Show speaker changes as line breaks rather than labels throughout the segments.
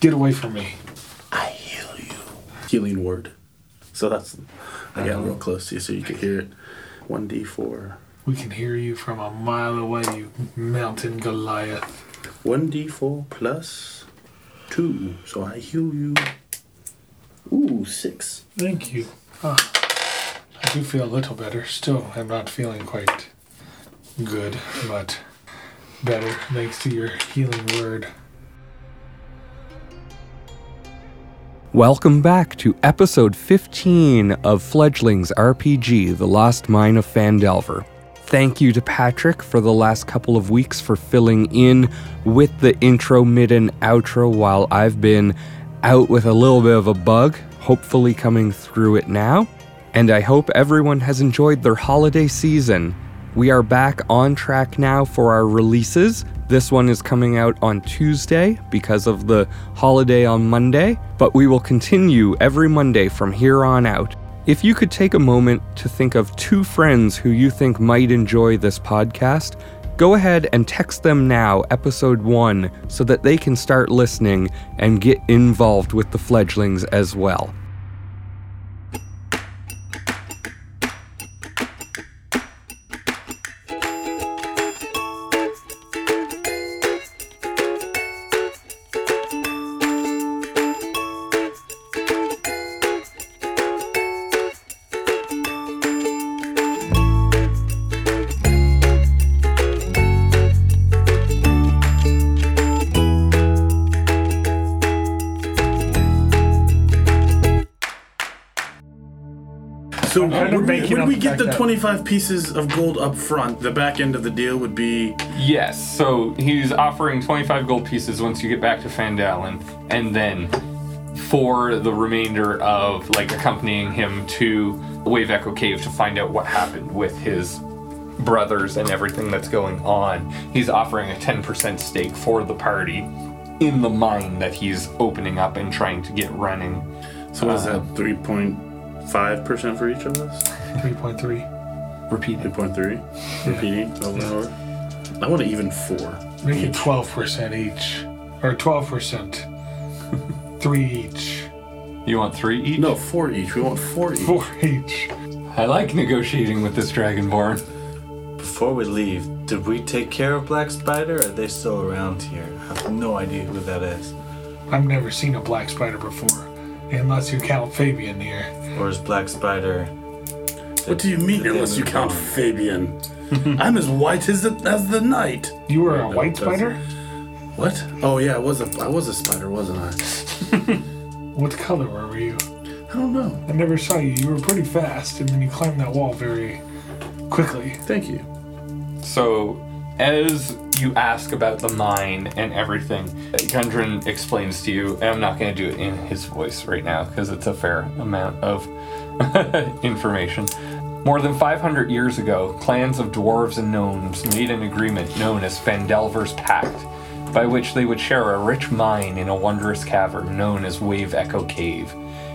Get away from me.
I heal you. Healing word. So that's I got real close to you so you could hear it. One D four.
We can hear you from a mile away, you mountain Goliath.
One D four plus two. So I heal you. Ooh, six.
Thank you. Ah, I do feel a little better. Still, I'm not feeling quite good, but better thanks to your healing word.
Welcome back to episode 15 of Fledgling's RPG The Lost Mine of Fandelver. Thank you to Patrick for the last couple of weeks for filling in with the intro, mid, and outro while I've been out with a little bit of a bug, hopefully coming through it now. And I hope everyone has enjoyed their holiday season. We are back on track now for our releases. This one is coming out on Tuesday because of the holiday on Monday, but we will continue every Monday from here on out. If you could take a moment to think of two friends who you think might enjoy this podcast, go ahead and text them now, episode one, so that they can start listening and get involved with the fledglings as well.
So
I'm kind of
when, we-
banking
when
on
we
the
get
fact
the
that-
twenty five pieces of gold up front, the back end of the deal would be
Yes, so he's offering 25 gold pieces once you get back to Fandalen, and then for the remainder of like accompanying him to the Wave Echo Cave to find out what happened with his brothers and everything that's going on, he's offering a 10% stake for the party in the mine that he's opening up and trying to get running.
so what is that three point five percent for each of us?
3.3.
Repeat
Three
it.
point three. Repeating over and over. I want to even four.
Make it 12% each. Or 12%. Three each.
You want three each?
No, four each. We want four each.
Four each.
I like negotiating with this Dragonborn.
Before we leave, did we take care of Black Spider? Or are they still around here? I have no idea who that is.
I've never seen a black spider before. Unless you count Fabian here.
Or is Black Spider?
What do you mean unless you count Fabian? I'm as white as the, as the night.
You were a white
doesn't-
spider?
What? Oh yeah, I was a I was a spider, wasn't I?
What color were you?
I don't know.
I never saw you. You were pretty fast, and then you climbed that wall very quickly.
Thank you.
So, as you ask about the mine and everything, Gundren explains to you, and I'm not going to do it in his voice right now because it's a fair amount of information. More than 500 years ago, clans of dwarves and gnomes made an agreement known as Fandelver's Pact, by which they would share a rich mine in a wondrous cavern known as Wave Echo Cave.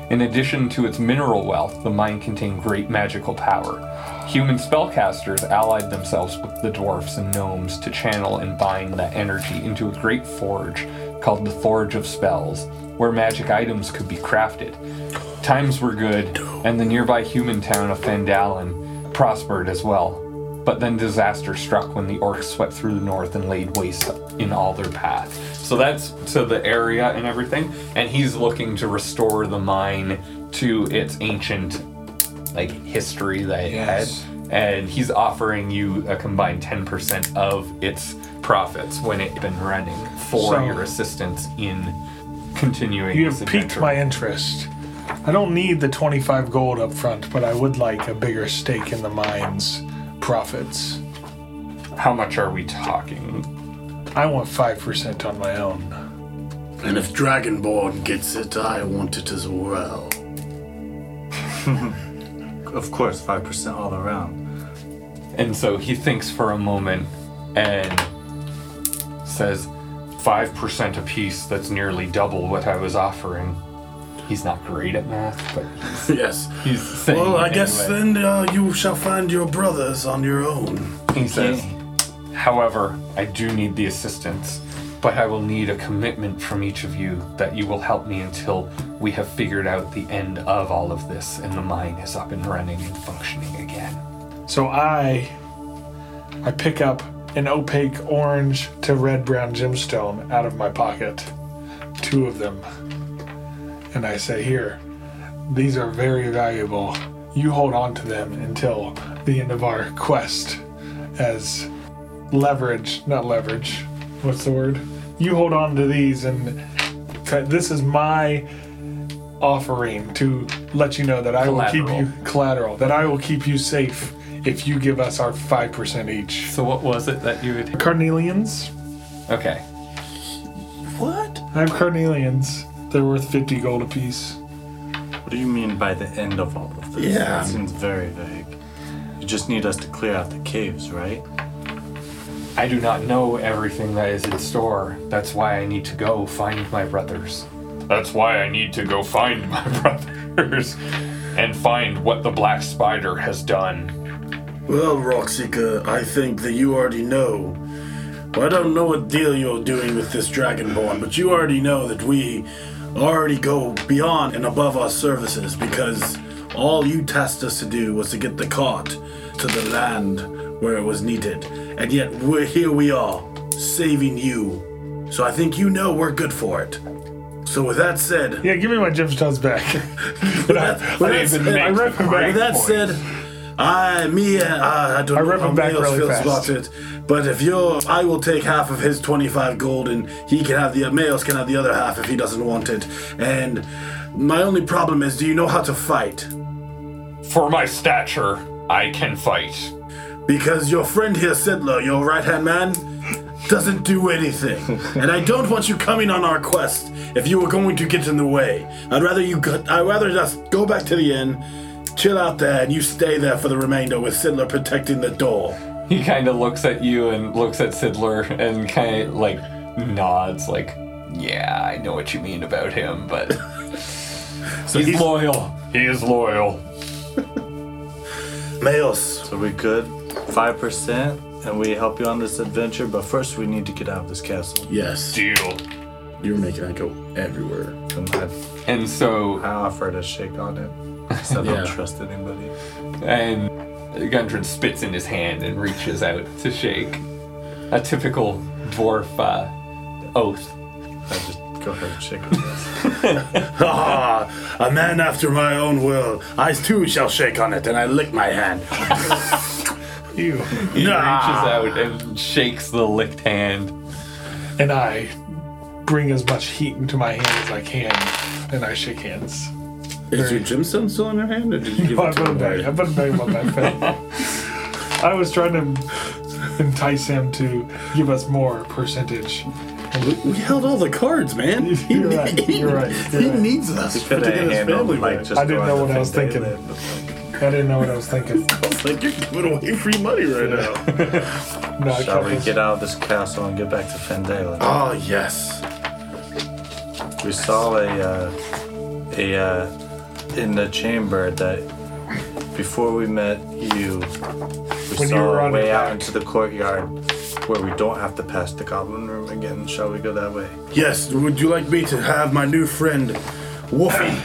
In addition to its mineral wealth, the mine contained great magical power. Human spellcasters allied themselves with the dwarfs and gnomes to channel and bind that energy into a great forge called the Forge of Spells, where magic items could be crafted. Times were good, and the nearby human town of Fandalen prospered as well. But then disaster struck when the orcs swept through the north and laid waste in all their path. So that's to the area and everything, and he's looking to restore the mine to its ancient like history that it
Yes.
had. And he's offering you a combined 10% of its profits when it's been running for
So-
your assistance in continuing
You
this
have piqued
adventure.
my interest. I don't need the 25 gold up front, but I would like a bigger stake in the mine's profits.
How much are we talking?
I want 5% on my own.
And if Dragonborn gets it, I want it as well.
Of course, five percent all around.
And so he thinks for a moment and says, 5% a piece, that's nearly double what I was offering. He's not great at math, but
yes.
he's saying.
Well, I
it
guess
anyway.
then uh, you shall find your brothers on your own.
He says, However, I do need the assistance but I will need a commitment from each of you that you will help me until we have figured out the end of all of this and the mine is up and running and functioning again.
So I I pick up an opaque orange to red brown gemstone out of my pocket. Two of them. And I say, "Here. These are very valuable. You hold on to them until the end of our quest as leverage, not leverage. What's the word? You hold on to these and cut- this is my offering to let you know that I will keep
Collateral.
you collateral that I will keep you safe if you give us our 5% each.
So what was it that you would?
Carnelians?
Okay.
What?
I have carnelians. They're worth 50 gold apiece.
What do you mean by the end of all of this?
Yeah.
That seems very vague. You just need us to clear out the caves, right?
I do not know everything that is in store. That's why I need to go find my brothers. That's why I need to go find my brothers and find what the black spider has done.
Well, Roxika, I think that you already know. Well, I don't know what deal you're doing with this Dragonborn, but you already know that we already go beyond and above our services because all you tasked us to do was to get the cart to the land where it was needed. And yet, we're, here we are, saving you. So I think you know we're good for it. So with that said,
Yeah, give me my gemstones back.
with that, with that
even
said-
make I rep him back.
with that said, I, me, uh, I don't
I
know
rep
how
him back
Miles
really
feels about
fast.
it, but if you're, I will take half of his 25 gold, and he can have the Miles can have the other half if he doesn't want it. And my only problem is, do you know how to fight?
For my stature, I can fight.
Because your friend here, Sidler, your right hand man, doesn't do anything. and I don't want you coming on our quest if you were going to get in the way. I'd rather you go, I'd rather just go back to the inn, chill out there, and you stay there for the remainder with Sidler protecting the door.
He kind of looks at you and looks at Sidler and kind of like nods, like, yeah, I know what you mean about him, but he's,
he's-
loyal. He is loyal.
Maos,
So we good? 5%? And we help you on this adventure, but first we need to get out of this castle.
Yes.
Deal.
You're making that go everywhere.
And I,
And so
I offered a shake on it. I said I
Yeah.
don't trust anybody.
And Gundren spits in his hand and reaches out to shake. A typical dwarf uh, oath.
I just go ahead and shake on this.
Ah, a man after my own will. I too shall shake on it, and I lick my hand.
you.
He
Nah.
reaches out and shakes the licked hand.
And I bring as much heat into my hand as I can, and I shake hands.
Is your gemstone still in your hand, or did you give
I put a bag. I put a bag on my backpack. I was trying to entice him to give us more percentage.
We held all the cards, man. He,
You're right,
he-
you're right, you're
he
right.
needs us to
Could I
get his
handle,
family
like,
back.
just
I didn't
go
know
on
what
the
I was
fifth day
thinking.
and then
I didn't know what I was thinking.
It's like you're giving away free money right now.
No, I
Shall
kept
we
this.
get out of this castle and get back to Fendalen?
Oh yes.
We saw a uh, a uh, in the chamber that before we met you, we
When you
saw
were
a
on
way
your
out
back.
into the courtyard where we don't have to pass the goblin room again. Shall we go that way?
Yes. Would you like me to have my new friend, Wolfie,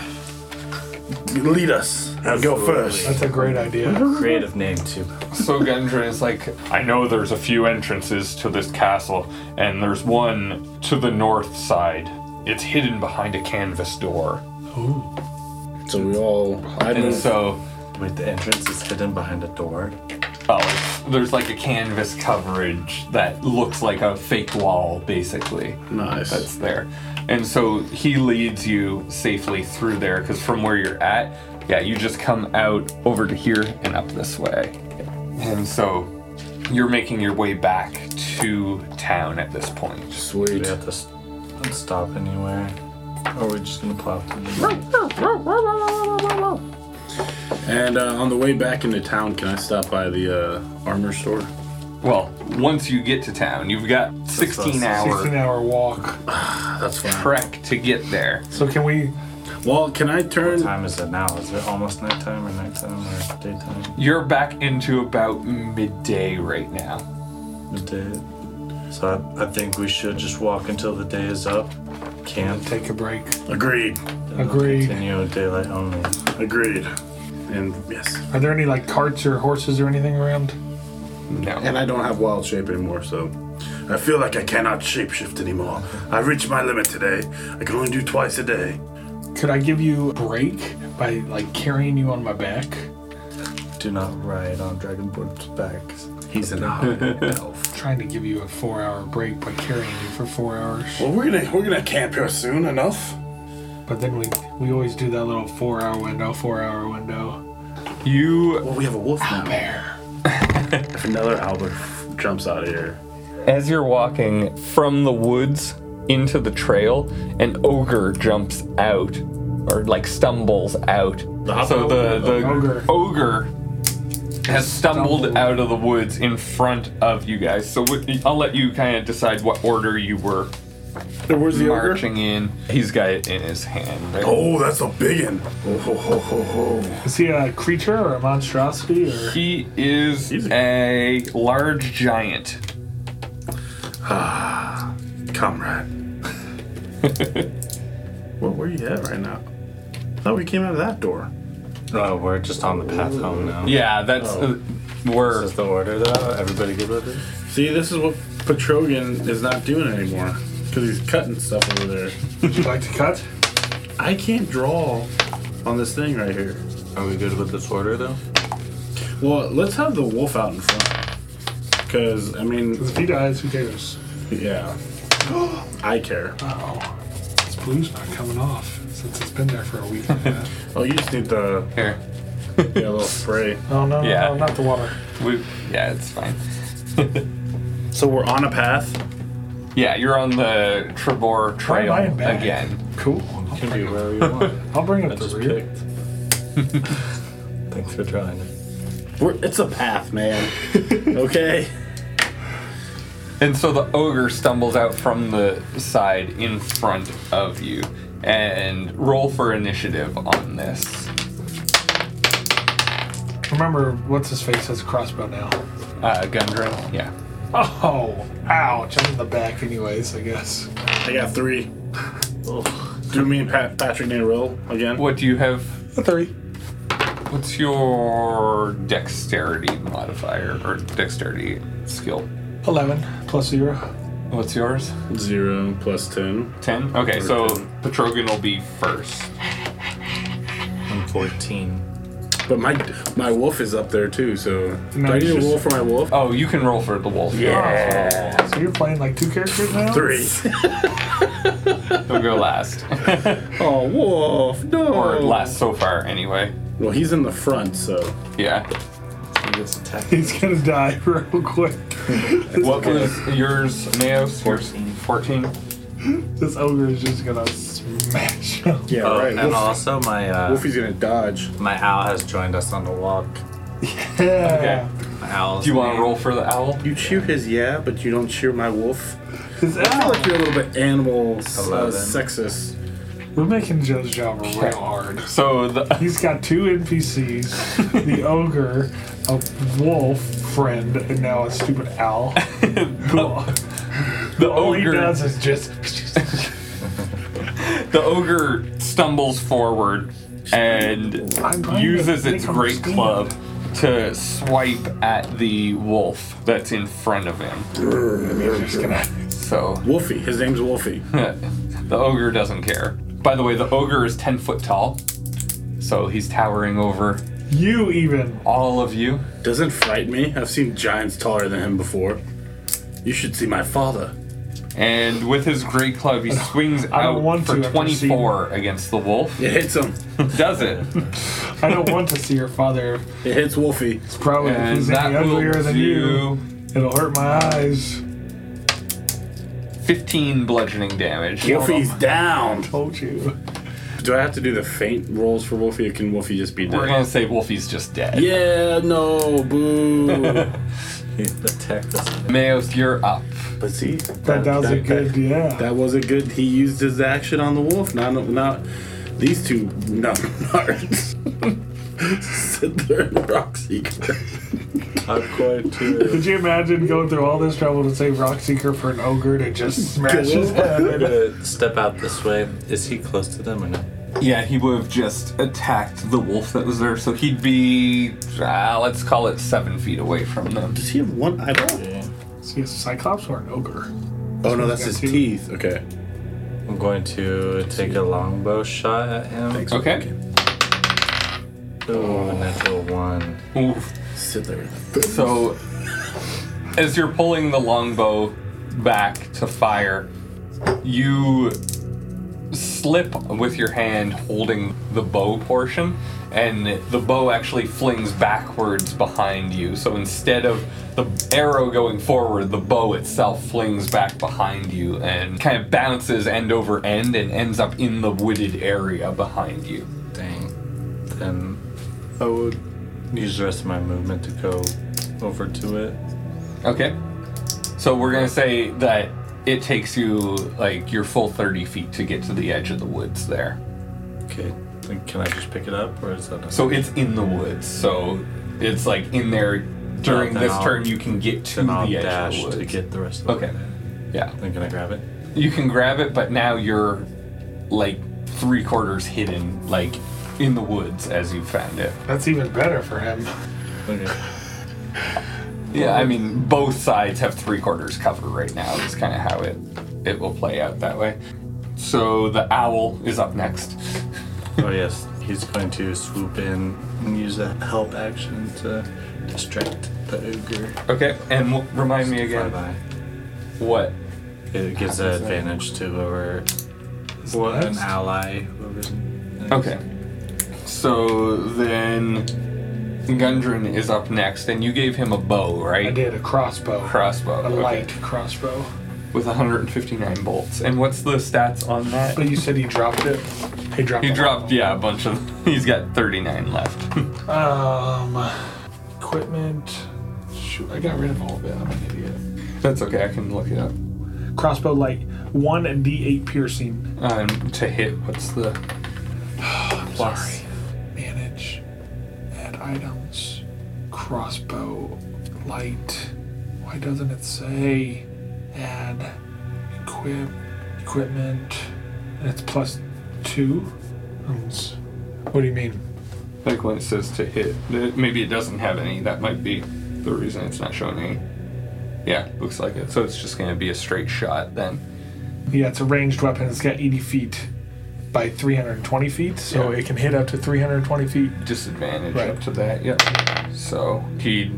lead us? Now go first.
That's a great idea.
Creative name too.
So Gundren is like, I know there's a few entrances to this castle, and there's one to the north side. It's hidden behind a canvas door.
So we all. I
And so
Wait, the entrance is hidden behind a door.
Oh, it's- there's like a canvas coverage that looks like a fake wall, basically.
Nice.
That's there. And so he leads you safely through there, because from where you're at, yeah, you just come out over to here and up this way. And so you're making your way back to town at this point.
Do we
Sweet.
have to s- stop anywhere? Or are we just gonna plow through? the-
And uh, on the way back into town, can I stop by the uh, armor store?
Well, once you get to town, you've got 16
16
hour
hour walk.
That's fine.
trek to get there.
So can we
Well, can I
What
turn?
time is it now? Is it almost nighttime or nighttime or daytime?
You're back into about midday right now.
Midday. So I, I think we should just walk until the day is up, camp,
Take a break.
Agreed.
Agreed.
continue with daylight only.
Agreed. And yes.
Are there any like carts or horses or anything around?
No.
And I don't have wild shape anymore, so I feel like I cannot shapeshift anymore. I reached my limit today. I can only do twice a day.
Could I give you a break by like carrying you on my back?
Do not ride on Dragonborn's backs.
He's an high elf.
Trying to give you a four hour break by carrying you for four hours.
Well, we're gonna we're gonna camp here soon enough.
But then we we always do that little four hour window, four hour window.
You,
Well, we have a wolf now.
Bear.
If another Albert jumps out of here,
as you're walking from the woods into the trail, an ogre jumps out, or like stumbles out. So the the
Ogre.
ogre, has stumbled,
Stumbled.
out of the woods in front of you guys. So what- I'll let you kind of decide what order you were
where's the
marching in. He's got it in his hand. there.
Oh, that's a big one. Oh, ho, ho, ho, ho.
Is he a creature or a monstrosity or
He is
He's
a large giant.
Comrade. Where where you at right now? I thought we came out of that door.
Oh, we're just on the path home now.
Yeah, that's
Oh.
uh, where.
This is the order though. Everybody good with it?
See, this is what Petrogan is not doing anymore. Because he's cutting stuff over there.
would you like to cut?
I can't draw on this thing right here.
Are we good with this order though?
Well, let's have the wolf out in front. Because, I mean,
If he dies, who cares?
yeah. I care.
Oh, this blue's not coming off since it's been there for a week.
Oh, you just need the
Here.
yeah, little spray.
oh no,
Yeah.
no, not the water.
We, yeah, it's fine.
So we're on a path.
Yeah, you're on the Trebor Trail
am I in back?
again.
Cool. I'll
Can
bring,
be wherever you want.
I'll bring
I
up the
just
rear.
picked. Thanks for trying it.
We're, it's a path, man. okay.
And so the ogre stumbles out from the side in front of you. And roll for initiative on this.
Remember, what's his face has a crossbow now.
Uh, Gundren? Yeah.
Oh, ouch! I'm in the back, anyways. I guess.
I got three. Do me and Pat, Patrick need a roll again?
What do you have?
A three.
What's your dexterity modifier or dexterity skill?
Eleven plus zero.
What's yours?
Zero plus ten.
10? Okay, so
ten.
Petrogan will be first.
I'm 14.
But my my wolf is up there too. So do I
it's
need a
just-
roll for my wolf?
Oh, you can roll for the wolf.
Oh, so you're playing like two characters now.
Three.
He'll go last.
oh, wolf! No.
or last so far, anyway.
Well, he's in the front, so
Yeah.
He gets attacked.
He's gonna die real quick.
What was yours, Neos? Fourteen. Fourteen.
This ogre is just gonna smash him.
yeah,
Oh,
right.
and
Wolf,
also my uh,
Wolfie's gonna dodge.
my owl has joined us on the walk.
Yeah.
My owl's
Do you want
name-
to roll for the owl?
You cheer his yeah, but you don't cheer my wolf.
His
I feel
owl.
like you're a little bit animal uh,
Eleven.
sexist.
We're making Joe's job real hard.
So the
He's got two NPCs, the ogre, a wolf friend, and now a stupid owl. the
the
All he
ogre
does is just.
the ogre stumbles forward and
I'm trying to
uses
make
its
him
great
stand.
club to swipe at the wolf that's in front of him.
just gonna.
So
Wolfie. His name's Wolfie.
the ogre doesn't care. By the way, the ogre is ten foot tall, so he's towering over
You even.
all of you.
Doesn't fright me. I've seen giants taller than him before. You should see my father.
And with his great club, he swings
I don't
out
want
for
to, I've never seen-
24 against the wolf.
It hits him.
Does it?
I don't want to see your father.
It hits Wolfie.
It's probably if
And
he's any
that will
uglier than you.
do
It'll hurt my eyes.
15 bludgeoning damage.
Wolfie's down.
Told you.
Do I have to do the faint rolls for Wolfie, or can Wolfie just be
We're
dead?
gonna say Wolfie's just dead.
Yeah, no, boo.
He attacked us.
Mayos, you're up.
but see,
That, that was a good, yeah.
That was a good. He used his action on the wolf. Not, not these two numbnuts sit there and rock seeker.
I'm going to.
Could you imagine going through all this trouble to save Rockseeker for an ogre to just smash his
I'm
head?
gonna step out this way. Is he close to them or not?
Yeah, he would have just attacked the wolf that was there, so he'd be, uh, let's call it seven feet away from them.
Does he have one eyeball?
Is he a cyclops or an ogre?
Oh no, that's his
Two.
teeth. Okay.
I'm going to take a longbow shot at him.
Thanks.
Okay.
Ooh, natural one.
Oof.
Sit there.
So, as you're pulling the longbow back to fire, you slip with your hand holding the bow portion, and the bow actually flings backwards behind you. So instead of the arrow going forward, the bow itself flings back behind you and kind of bounces end over end and ends up in the wooded area behind you.
Dang. Then I would use the rest of my movement to go over to it.
Okay. So we're gonna say that it takes you like your full thirty feet to get to the edge of the woods there.
Okay. Then can I just pick it up or is that a
So it's in the woods. So it's like in there during
Then
this
I'll-
turn you can get to
then I'll
the edge
dash
of the
to
woods.
get the rest of the
okay.
way there.
Yeah.
Then can I grab it?
You can grab it, but now you're like three quarters hidden, like in the woods as you found it.
That's even better for him.
Okay.
Yeah, I mean both sides have three quarters cover right now. Is kind of how it it will play out that way. So the owl is up next.
oh yes. He's going to swoop in and use a help action to distract the ogre.
Okay, and w- remind me again.
Fly
What?
by. It gives an advantage to whoever or an
next?
ally whoever's next.
Okay. So then Gundren is up next, and you gave him a bow,
I
right?
did a crossbow.
Crossbow.
a
okay.
light crossbow.
With 159 bolts. And what's the stats on that?
But you said he dropped it. He dropped.
He
it.
dropped, yeah, a bunch of. He's got 39 left.
Um, equipment. Shoot, I got rid of all of it. I'm an idiot.
That's okay, I can look it up.
Crossbow light, one d8 piercing.
Um, to hit, what's the.
Plus. Manage. Add items. Crossbow light. Why doesn't it say add equip equipment? And it's plus two. Um, s- What do you mean?
Like when it says to hit. th- Maybe it doesn't have any. That might be the reason it's not showing any. Yeah, looks like it. So it's just going to be a straight shot then.
Yeah, it's a ranged weapon. It's got 80 feet by 320 feet, so
Yeah.
it can hit up to 320 feet.
disadvantage
Right.
up to that. Yep. So he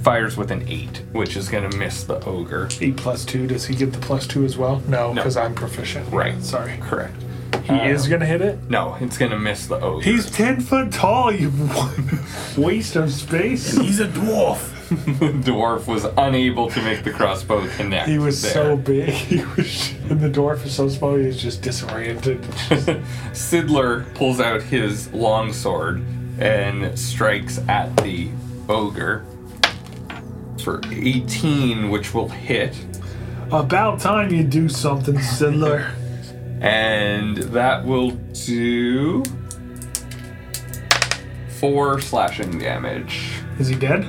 fires with an eight, which is gonna miss the ogre.
8 plus 2. Does he get the plus 2 as well? No,
No.
because I'm proficient.
Right.
Sorry.
Correct.
He is going to hit it?
No, it's gonna miss the ogre.
Um, He's 10 foot tall, you waste of space.
He's a dwarf.
the dwarf was unable to make the crossbow connect.
He was
there.
so big. He was, and the dwarf is so small, he was just disoriented.
Sidler pulls out his longsword and strikes at the ogre for 18, which will hit.
About time you do something, Sidler.
And that will do four slashing damage.
is he dead?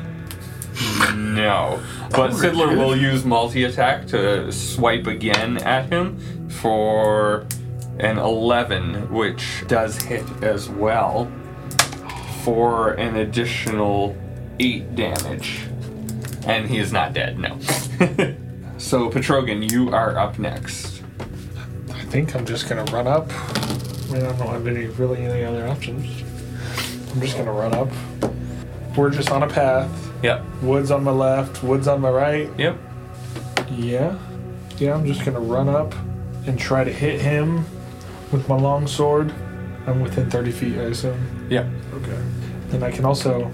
No. But Sidler will use multi attack to swipe again at him for an 11, which does hit as well for an additional 8 damage. And he is not dead, no. so, Petrogan, you are up next.
I think I'm just going to run up. I mean, I don't have any really any other options. I'm just going to run up. We're just on a path.
Yep.
Woods on my left, woods on my right.
Yep.
Yeah. Yeah, I'm just gonna run up and try to hit him with my long sword. I'm within 30 feet, I assume.
Yep.
Okay. Then I can also,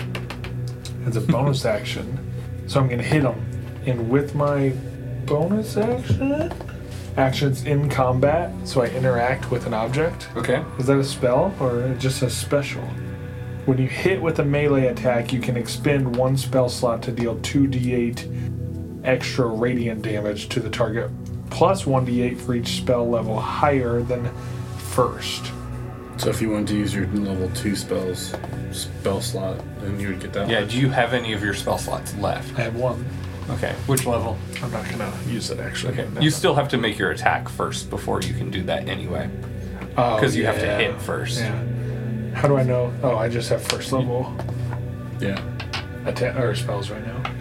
as a bonus action, so I'm gonna hit him. And with my bonus action, actions in combat, so I interact with an object.
Okay.
Is that a spell or just a special? When you hit with a melee attack, you can expend one spell slot to deal 2d8 extra radiant damage to the target, plus 1d8 for each spell level higher than first.
So if you wanted to use your level two spells, spell slot, then you would get that.
Yeah,
one.
do you have any of your spell slots left?
I have one.
Okay, which level?
I'm not gonna use it actually.
Okay,
No.
you still have to make your attack first before you can do that anyway. Because you have to
Oh, yeah.
hit first.
Yeah. How do I know? Oh, I just have first level
Yeah.
attack or spells right now.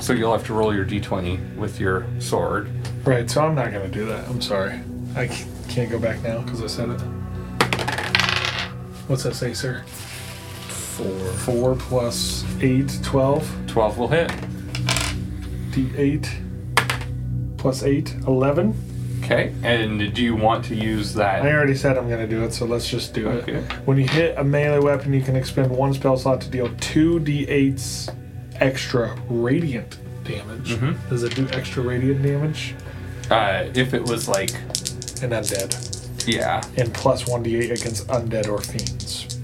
So you'll have to roll your d20 with your sword.
Right, so I'm not gonna do that. I'm sorry. I c- can't go back now because I said it. What's that say, sir?
Four.
Four plus eight, twelve.
12 will hit.
D8 plus eight, eleven.
Okay, and do you want to use that?
I already said I'm gonna do it, so let's just do
Okay.
it. When you hit a melee weapon, you can expend one spell slot to deal two d8s extra radiant damage. Does it do extra radiant damage?
Uh, if it was like,
And undead.
yeah,
And plus one d8 against undead or fiends.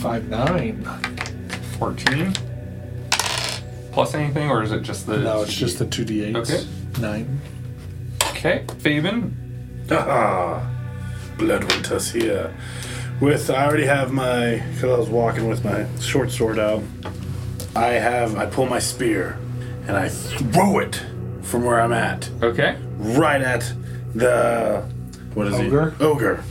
Five nine.
14 plus anything, or is it just the.
No, it's just the two d8s.
Okay.
Nine.
Okay, Faven.
Ah, Bloodwinter's here. With I already have my because I was walking with my short sword out. I have I pull my spear and I throw it from where I'm at,
Okay.
right at the what is
Ogre?
he? Ogre.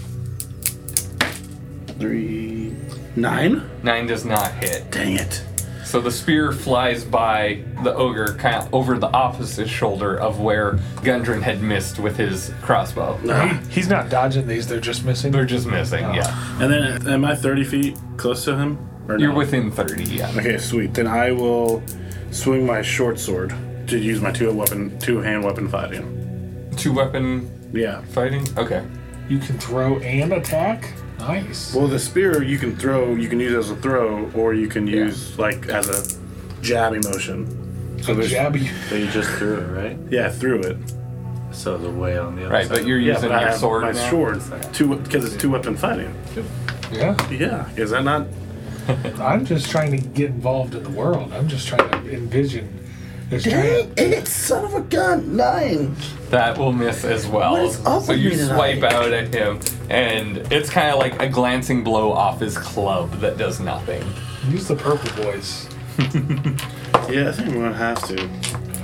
Three nine.
Nine does not hit.
Dang it!
So the spear flies by the ogre, kind of over the opposite shoulder of where Gundren had missed with his crossbow.
Ah.
He's not dodging these, they're just missing.
They're just missing, yeah.
And then am I 30 feet close to him? Or
You're
no?
within 30, yeah.
Okay, sweet. Then I will swing my short sword to use my two weapon, two hand weapon fighting.
Two weapon
Yeah.
fighting? Okay.
you can throw and attack? Nice.
Well, the spear you can throw, you can use as a throw, or you can use like as a jab emotion. So there's
Jab you.
But you just threw it, right?
yeah, through it.
So the way on the other
Right,
side.
but you're
Yeah,
using
but I
your
have
sword
my
now.
sword, two because it's two weapon fighting.
Yeah.
Yeah, is that not?
I'm just trying to get involved in the world. I'm just trying to envision. Just trying to-
it, son of a gun, nine.
That will miss as well.
What is up
so
with
you
me
swipe
tonight?
out at him, and it's kind of like a glancing blow off his club that does nothing.
use the purple boys.
Yeah, I think I'm gonna have to.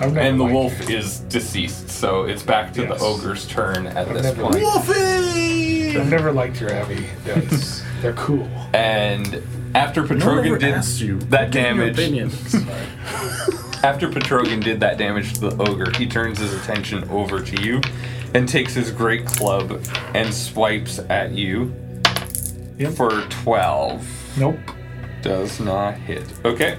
I've never
And the
liked-
wolf is deceased, so it's back to
Yes.
the ogre's turn at this
never-
point.
Wolfie!
I've never liked your Abby. That's, they're cool.
And after Petrogan did that damage, after Petrogan did that damage to the ogre, he turns his attention over to you, and takes his great club and swipes at you
Yep.
for twelve.
Nope.
Does not hit. Okay.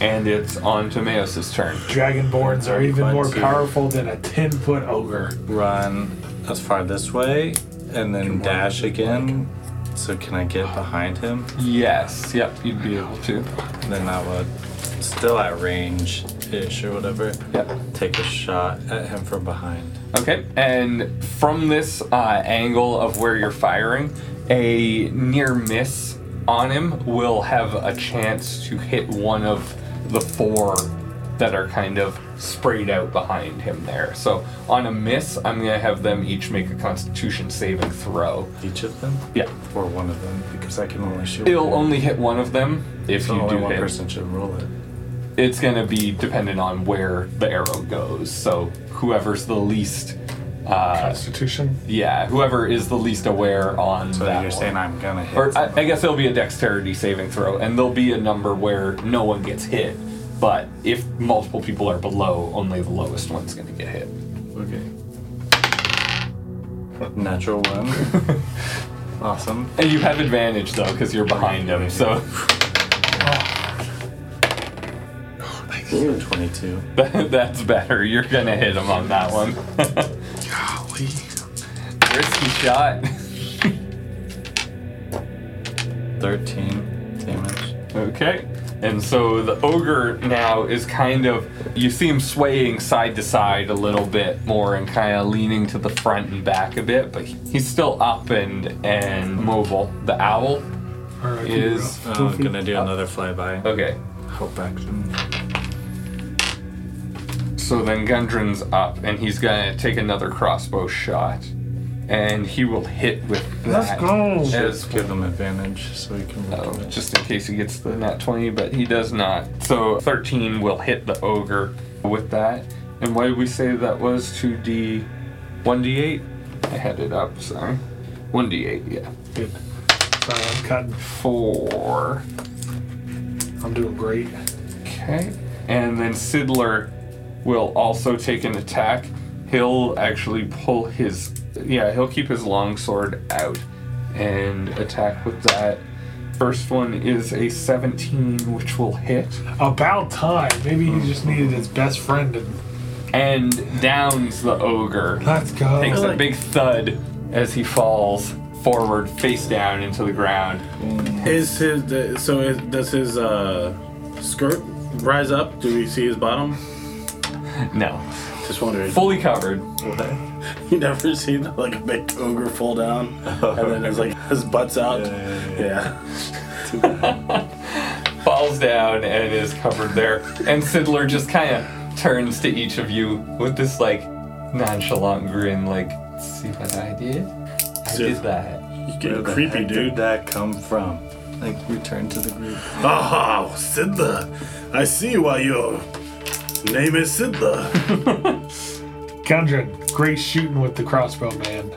And it's on to Meos' turn.
Dragonborns are even
Fun
more
too.
powerful than a ten foot ogre.
Run as far this way and then dash again. So can I get behind him?
Yes. Yep, you'd be able to.
Then I would still at range ish or whatever.
Yep.
Take a shot at him from behind.
Okay, and from this uh, angle of where you're firing, a near miss on him will have a chance to hit one of the four that are kind of sprayed out behind him there. So on a miss, I'm gonna have them each make a Constitution saving throw.
Each of them?
Yeah,
Or one of them, because I can only shoot.
it'll
one.
only hit one of them if
So
you
only
do
one
hit.
person should roll it.
It's gonna be dependent on where the arrow goes. So whoever's the least. Uh,
Constitution.
Yeah, whoever is the least aware on
So
that
you're
one.
saying I'm gonna hit.
or I,
someone.
I guess it'll be a dexterity saving throw, and there'll be a number where no one gets hit. But if multiple people are below, only the lowest one's going to get hit.
Okay. Natural one. awesome.
And you have advantage though, because you're behind them. So
Twenty-two.
that, that's better. You're going to hit him on that one.
Golly.
Risky shot.
Thirteen damage.
Okay. And so the ogre now is kind of, you see him swaying side to side a little bit more and kind of leaning to the front and back a bit, but he's still up and, and mobile. The owl
Alright,
is.
Uh, I'm gonna do another flyby.
Okay.
Hope action.
So then Gundren's up and he's going to take another crossbow shot. and he will hit with
Let's
that
go.
as
Give him advantage so he can.
Oh,
recommend.
just in case he gets the nat 20, but he does not. So 13 will hit the ogre with that. And why did we say that was 2D 1d8? I had it up, sorry. 1d8, yeah.
Good. Sorry, I'm cutting.
4.
I'm doing great.
Okay. And then Siddler will also take an attack. He'll actually pull his yeah, he'll keep his longsword out and attack with that. First one is a 17, which will hit.
About time. Maybe he just needed his best friend. And
And downs the ogre.
let's go.
Takes a big thud as he falls forward, face down into the ground.
Is his the- so? Is, does his uh, skirt rise up? Do we see his bottom?
No.
Just wondering.
Fully covered.
You never seen like a big ogre fall down and then it's like his butt's out. Yeah.
falls down and is covered there. And Siddler just kind of turns to each of you with this like nonchalant grin, like, "See what I did? I did that."
He's
Where
getting
the
creepy,
heck
dude.
Did that come from? Like return to the group.
Ah, Siddha. I see why your name is Siddha.
Kendra, great shooting with the crossbow, man.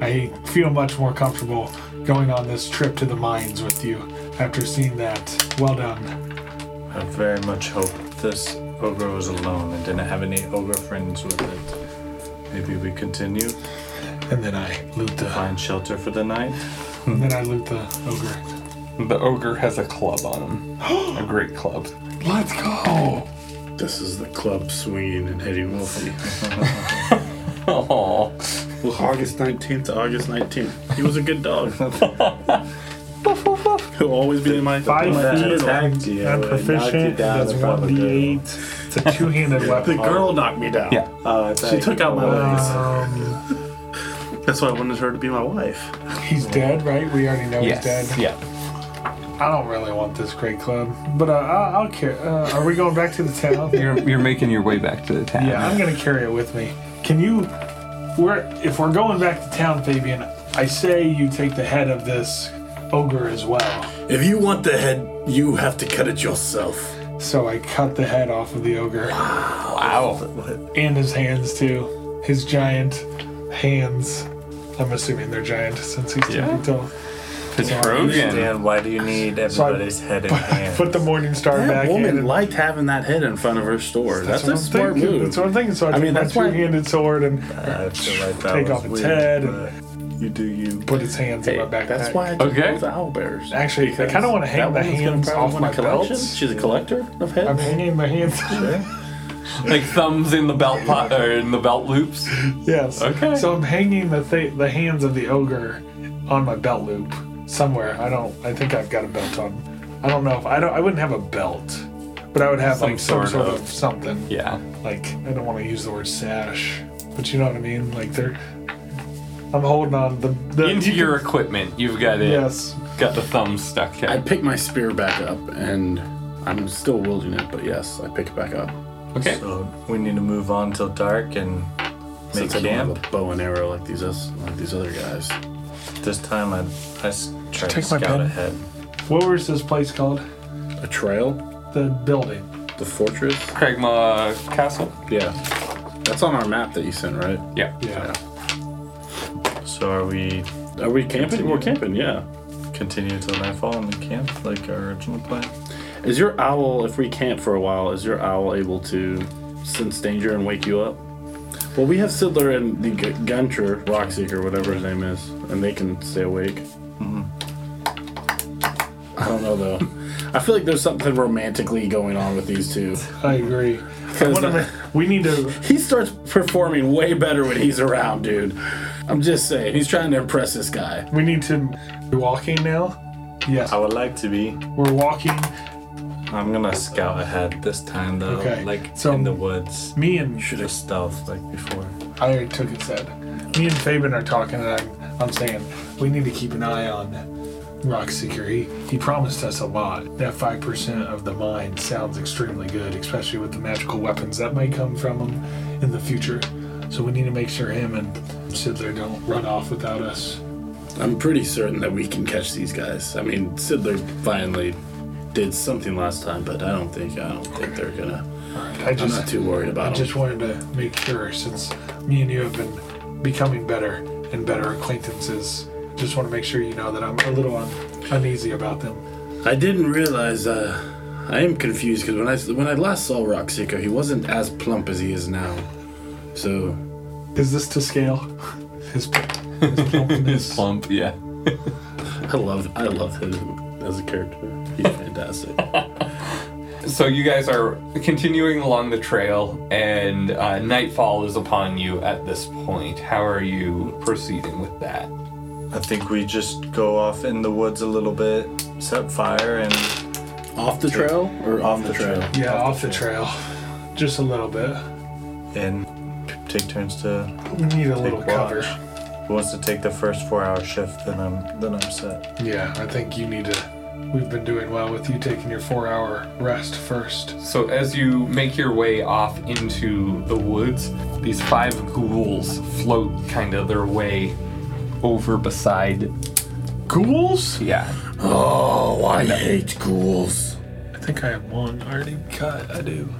I feel much more comfortable going on this trip to the mines with you after seeing that. Well done.
I very much hope this ogre was alone and didn't have any ogre friends with it. Maybe we continue,
And then I loot the.
find shelter for the night.
And then I loot the ogre.
The ogre has a club on him, a great club.
Let's go.
This is the club swinging and hitting Wolfie.
Oh,
Well, August 19th to August 19th. He was a good dog. He'll always be in my
Five
in my
feet.
middle.
Tagged you.
I'm
it knocked you
proficient.
down
That's
a couple of days.
1d8. It's a two handed
The
weapon.
girl knocked me down.
Yeah.
Oh,
She took out my legs.
Um,
That's why I wanted her to be my wife.
he's dead, right? We already know he's dead.
yes, yeah.
I don't really want this great club, but uh, I, I'll carry. Uh, are we going back to the town?
You're, you're making your way back to the town.
yeah, I'm gonna carry it with me. Can you? We're if we're going back to town, Fabian. I say you take the head of this ogre as well.
If you want the head, you have to cut it yourself.
So I cut the head off of the ogre
Wow.
and his hands too. His giant hands. I'm assuming they're giant since he's ten
Yeah.
feet tall.
It's Rogan.
Dan, why do you need
I-
everybody's head in hand?
Put the morning star back in. and-
liked having that head in front of her store. That's,
what I'm thinking. That's what I'm thinking. So I,
mean,
mean,
that's
that's
why-
my two-handed sword and
I feel like that
Take
was
off its
weird,
head
but You do you.
put his hands in my backpack.
That's why I took
Okay.
those owlbears.
Actually, I kind of want to hang the hands off my belts.
She's a collector of heads.
I'm hanging the hands.
Like thumbs in the belt pot or in the belt loops.
yes.
Okay.
So I'm hanging the th- the hands of the ogre on my belt loop somewhere. I don't. I think I've got a belt on. I don't know if I don't. I wouldn't have a belt, but I would have
Some
like some
sort
sort
of-
of, something.
Yeah.
Like I don't want to use the word sash, but you know what I mean. Like they're. I'm holding on the. the
Into your equipment, you've got it.
Yes.
Got the thumbs stuck.
I pick my spear back up, and I'm still wielding it, but yes, I pick it back up.
Okay.
So we need to move on till dark and make
Since I don't
camp.
have a bow and arrow like these us- like these other guys.
This time I, I s- tried to
Take my
scout
pen.
ahead.
What was this place called?
A trail,
The building.
the fortress.
Kragma Castle.
Yeah, that's on our map that you sent, right?
Yeah.
Yeah.
So are we
Are Uh, we camping? We're camping. Yeah.
continue till nightfall in the camp like our original plan?
Is your owl, if we camp for a while, is your owl able to sense danger and wake you up? Well, we have Siddler and the G- Gunter, Rockseeker, whatever his name is, and they can stay awake. Mm-hmm. I don't know though. I feel like there's something romantically going on with these two.
I agree. One of the- we need to
He starts performing way better when he's around, dude. I'm just saying, he's trying to impress this guy.
We need to. We're walking now? Yes.
I would like to be.
We're walking.
I'm gonna scout ahead this time though,
Okay,
like
so-
in the woods.
Me and.
Should have stealth like before.
I already took it, said. Me and Fabian are talking, and I'm, I'm saying we need to keep an eye on Rockseeker. He, he promised us a lot. That 5% of the mine sounds extremely good, especially with the magical weapons that might come from him in the future. So we need to make sure him and Sidler don't run off without us.
I'm pretty certain that we can catch these guys. I mean, Sidler finally did something last time, but I don't think I don't think they're gonna.
I
I'm not
just,
too worried
I
about them.
just wanted to make sure since me and you have been becoming better and better acquaintances. Just want to make sure you know that I'm a little un- uneasy about them.
I didn't realize. Uh, I am confused because when I when I last saw Rockseeker, he wasn't as plump as he is now. So
Is this to scale? His, his
His
plumpness.
plump, yeah.
I love I love him as a character. He's fantastic.
So you guys are continuing along the trail, and uh, nightfall is upon you at this point. How are you proceeding with that?
I think we just go off in the woods a little bit, set fire, and
off the trail or off the trail?
yeah, off the trail. Just a little bit.
and take turns to.
We need a
Take
little
watch.
cover.
Who wants to take the first four-hour shift? Then I'm then I'm set.
Yeah, I think you need to. We've been doing well with you taking your four hour rest first.
So as you make your way off into the woods, these five ghouls float kind of their way over beside.
Ghouls?
Yeah.
Oh, I hate ghouls.
I think I have one already cut. I do.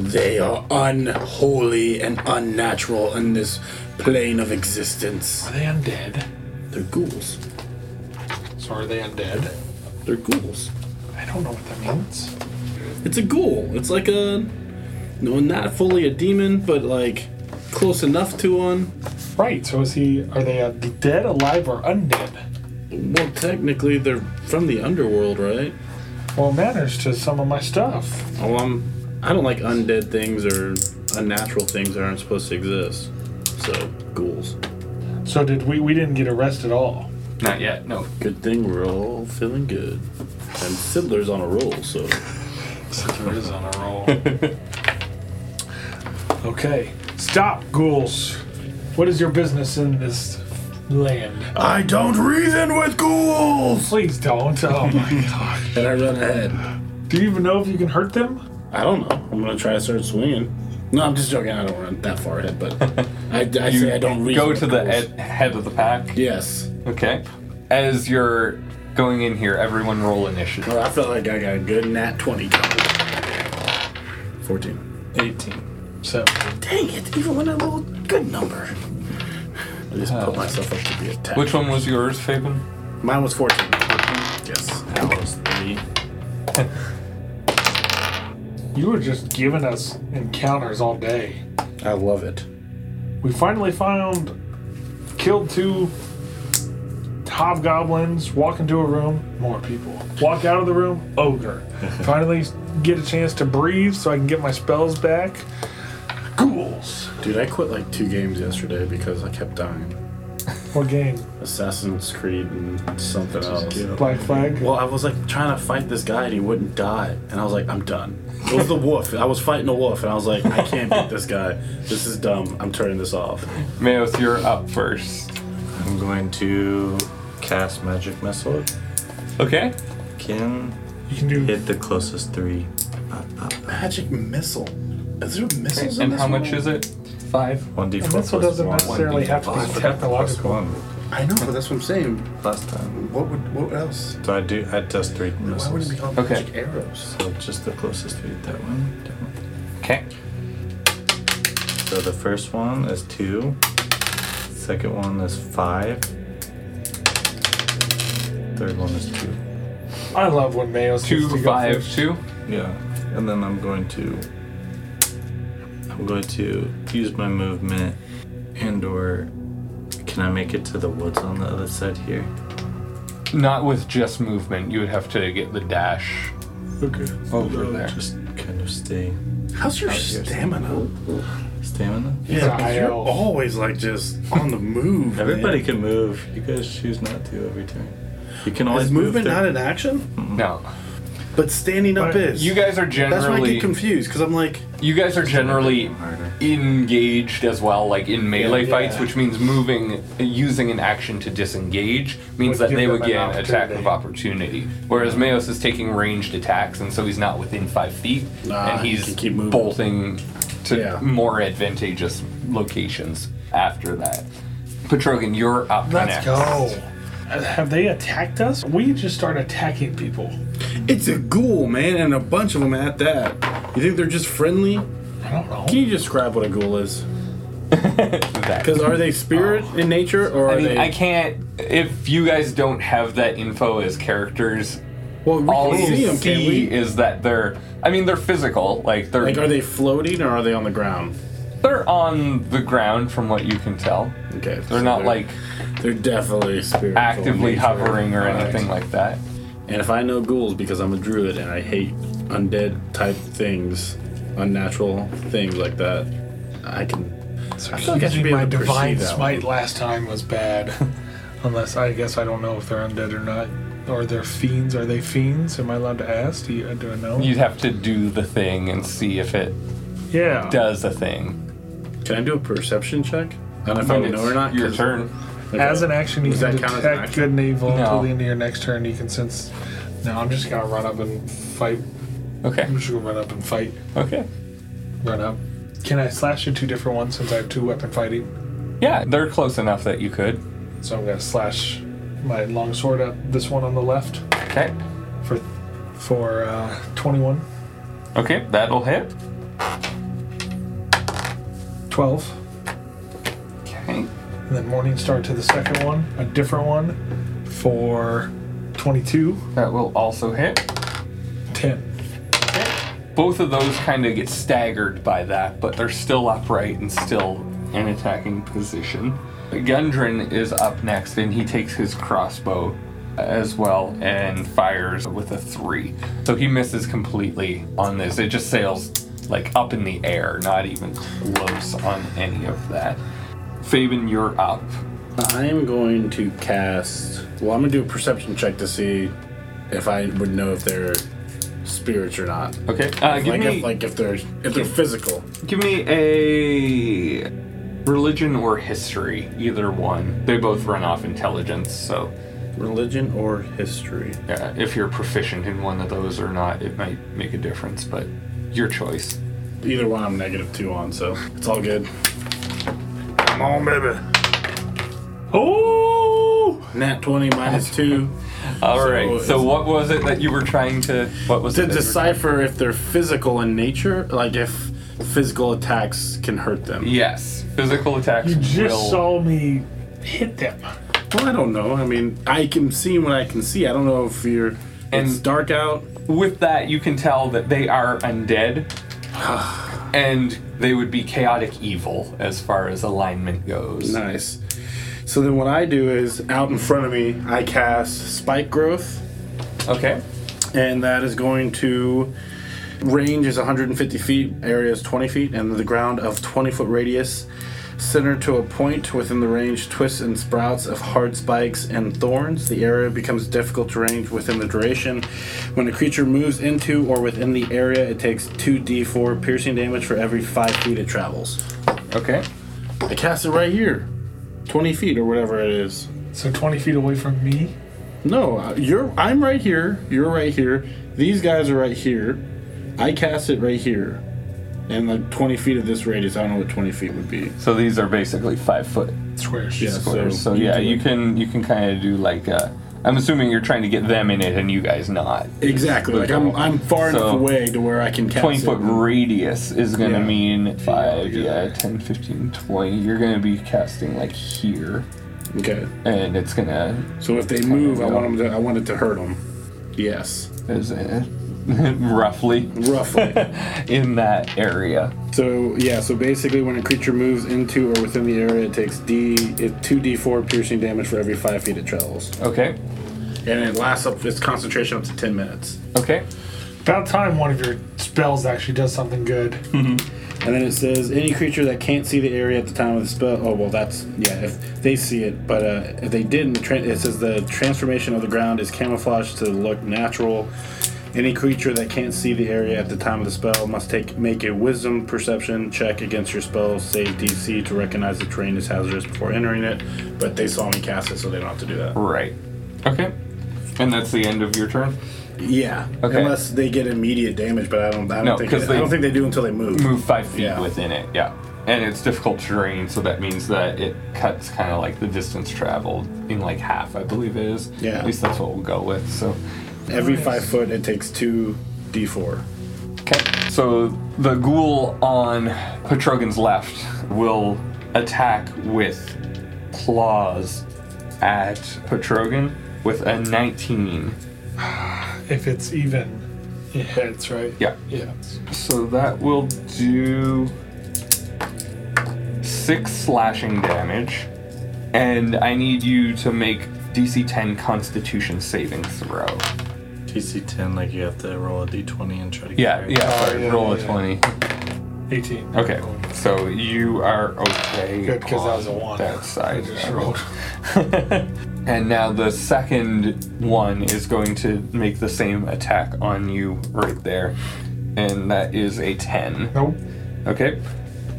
They are unholy and unnatural in this plane of existence.
Are they undead?
They're ghouls.
So are they undead?
They're ghouls.
I don't know what that means.
It's a ghoul. It's like a no, not fully a demon, but like close enough to one.
Right. So is he? Are they uh, dead, alive, or undead?
Well, technically, they're from the underworld, right?
Well, manners to some of my stuff.
Oh, I'm. I don't like undead things or unnatural things that aren't supposed to exist. So ghouls.
So did we? We didn't get arrested at all.
Not yet. No.
Good thing we're all feeling good. And Siddler's on a roll, so
Sitter is on a roll. okay. Stop, ghouls. What is your business in this land?
I don't reason with ghouls.
Please don't. Oh my gosh.
And I run ahead.
Do you even know if you can hurt them?
I don't know. I'm gonna try to start swinging. No, I'm just joking. I don't run that far ahead, but I, I say I don't reason.
Go
with
to the
ghouls.
ed- head of the pack.
Yes.
Okay. As you're going in here, everyone roll initiative.
Well, I felt like I got a good nat twenty. Fourteen.
18.
So
Dang it! Even when I rolled a good number, I just put myself up to be attacked.
Which one was yours, Fabian?
Mine was fourteen. Yes.
That was three.
you were just giving us encounters all day.
I love it.
We finally found killed two hobgoblins, walk into a room, more people. Walk out of the room, ogre. finally get a chance to breathe so I can get my spells back. Ghouls.
Dude, I quit like two games yesterday because I kept dying.
What game?
Assassin's Creed and something else.
Black Flag.
Well, I was like trying to fight this guy and he wouldn't die, and I was like, I'm done. It was the wolf. I was fighting a wolf, and I was like, I can't beat this guy. This is dumb. I'm turning this off.
Maos, you're up first.
I'm going to cast magic missile.
Okay.
Can
You can do.
hit the closest three.
Magic missile. Is there missiles?
And how much is it? Five.
One d4
And missile
plus
doesn't
one,
necessarily
1d4
have to be
plus one,
technological.
plus one
I know, but that's what I'm saying.
Last time,
What would what else?
so I do. I test three
Why
missiles.
wouldn't it be called
Okay.
magic arrows?
So just the closest three. That one. That one.
Okay.
So the first one is two. Second one is five. Third one is two.
I love when Mayo's
Two,
gets to go
five,
first.
two.
Yeah, and then I'm going to I'm going to use my movement and or can I make it to the woods on the other side here?
Not with just movement. You would have to get the dash
Okay.
over there.
Just kind of stay
How's your
Oh,
stamina?
stamina.
Yeah, 'cause you're
IL.
always like just on the move.
Everybody can move. You guys choose not to every turn. You can
Man.
always
Is
move
movement
thir-
not an action?
No.
But standing up
But
is.
You guys are
That's why I
generally
get confused because I'm like,
you guys are generally
harder.
engaged as well, like in melee
Yeah.
fights, which means moving, using an action to disengage means
Would
that
give
they
them
would
an
get an attack
opportunity.
of opportunity. Whereas Maos is taking ranged attacks, and so he's not within five feet,
Ah,
and
he
he's
can keep moving.
bolting to
Yeah.
more advantageous locations after that. Petrogan, you're up next.
Uh, Have they attacked us? We just start attacking people.
It's a ghoul, man, and a bunch of them at that. You think they're just friendly?
I don't know.
Can you describe what a ghoul is?
That.
Because are they spirit in nature, or are
Oh. I mean,
they?
I can't. If you guys don't have that info as characters,
well, we
all
can
you
see
see,
them, can we?
is that they're. I mean, they're physical. Like they're
Like, are they floating or are they on the ground?
they're on the ground from what you can tell.
Okay, so
They're not like
they're definitely spiritual.
actively
in nature.
hovering or
Alright.
anything like that.
And if I know ghouls because I'm a druid and I hate undead type things, unnatural things like that, I can. I feel like I should be
my
able to perceive
divine
that
smite last time was bad. Unless I guess I don't know if they're undead or not, or they're fiends. Are they fiends? Am I allowed to ask? Do, you, uh, do I know?
You'd have to do the thing and see if it
Yeah.
does a thing.
one. Can I do a perception check? I don't know if I
But
would
it's
know or Oh, not.
Your
'cause-
turn.
Okay.
As an action, you
Does
can
that count as an
detect
action?
good and evil until
No.
the end of your next turn. You can sense. No, I'm just gonna run up and fight.
Okay.
I'm just gonna run up and fight.
Okay.
Run up. Can I slash at two different ones since I have two weapon fighting?
Yeah, they're close enough that you could.
So I'm gonna slash my longsword at this one on the left
Okay.
for for uh, 21,
Okay, that'll hit.
12,
Okay.
and then morning star to the second one, a different one for 22,
That will also hit.
10.
Both of those kind of get staggered by that, but they're still upright and still in attacking position. Gundren is up next, and he takes his crossbow as well and fires with a three. So he misses completely on this. It just sails like up in the air, not even close on any of that. Fabian, you're up.
I'm going to cast. Well, I'm going to do a perception check to see if I would know if they're spirits or not.
Okay. Uh, give
Like
me
if like if they're if they're physical.
Give me a religion or history, either one. They both run off intelligence, so
Religion or history.
yeah, Uh, if you're proficient in one of those or not, it might make a difference, but your choice.
Either one, I'm negative two on, so it's all good. Come on, baby. Oh, nat twenty minus two.
All right. so
it's-
what was it that you were trying to? What was
To
it? that you were-
decipher if they're physical in nature, like if physical attacks can hurt them.
yes, physical attacks.
You just
will,
saw me hit them.
Well, I don't know. I mean, I can see what I can see. I don't know if you're. it's
And-
dark out.
With that, you can tell that they are undead, and they would be chaotic evil as far as alignment goes.
Nice. So then what I do is out in front of me, I cast Spike Growth,
Okay.
and that is going to range is 150 feet, area is 20 feet, and the ground of 20 foot radius. Center to a point within the range twists and sprouts of hard spikes and thorns. The area becomes difficult to range within the duration. When a creature moves into or within the area, it takes 2d4 piercing damage for every 5 feet it travels.
Okay.
I cast it right here. 20 feet or whatever it is.
So 20 feet away from me.
No, uh, you're. I'm right here. You're right here. These guys are right here. I cast it right here, and like 20 feet of this radius. I don't know what 20 feet would be.
So these are basically five foot
Squares.
Yeah,
So, yeah,
do
you
it.
can you can kind of do like uh, I'm assuming you're trying to get them in it and you guys not.
exactly. Like I'm, I'm far enough
So,
away to where I can cast
20
it.
foot radius is going to
Yeah.
mean 5,
yeah.
yeah, 10, 15, 20. You're going to be casting like here,
Okay.
and it's going to.
So if they move, I
yeah.
want them to. I want it to hurt them. Yes,
Is it roughly
roughly.
in that area.
so yeah. So basically, when a creature moves into or within the area, it takes d it, two d4 piercing damage for every five feet it travels,
Okay.
and it lasts up its concentration up to 10 minutes.
Okay.
About time one of your spells actually does something good.
Hmm.
And then it says any creature that can't see the area at the time of the spell. Oh well, that's yeah. If they see it, but uh, if they didn't, the tran it says the transformation of the ground is camouflaged to look natural. Any creature that can't see the area at the time of the spell must take make a Wisdom perception check against your spell save DC to recognize the terrain as hazardous before entering it. But they saw me cast it, so they don't have to do that.
Right. Okay. And that's the end of your turn.
Yeah.
Okay.
Unless they get immediate damage, but I don't. I don't
No,
think.
'cause
I don't
they-
think they do until they move.
move five feet
Yeah.
within it. Yeah, and it's difficult terrain, so that means that it cuts kind of like the distance traveled in like half, I believe it is.
Yeah.
at least that's what we'll go with. So,
Every five foot, it takes two d4.
okay. So the ghoul on Petrogan's left will attack with claws at Petrogan with a 19.
If it's even, it hits, right?
Yeah.
Yeah.
So that will do six slashing damage, and I need you to make DC 10 Constitution saving throw.
DC 10, like you have to roll a d20 and try to get
Yeah,
it.
yeah.
Oh,
sorry,
yeah,
roll
yeah,
a
yeah.
20.
18.
Okay, so you are okay.
Good, 'cause that was a
on
one.
That
I
side.
just rolled.
and now the second one is going to make the same attack on you right there, and that is a 10.
Nope.
Okay.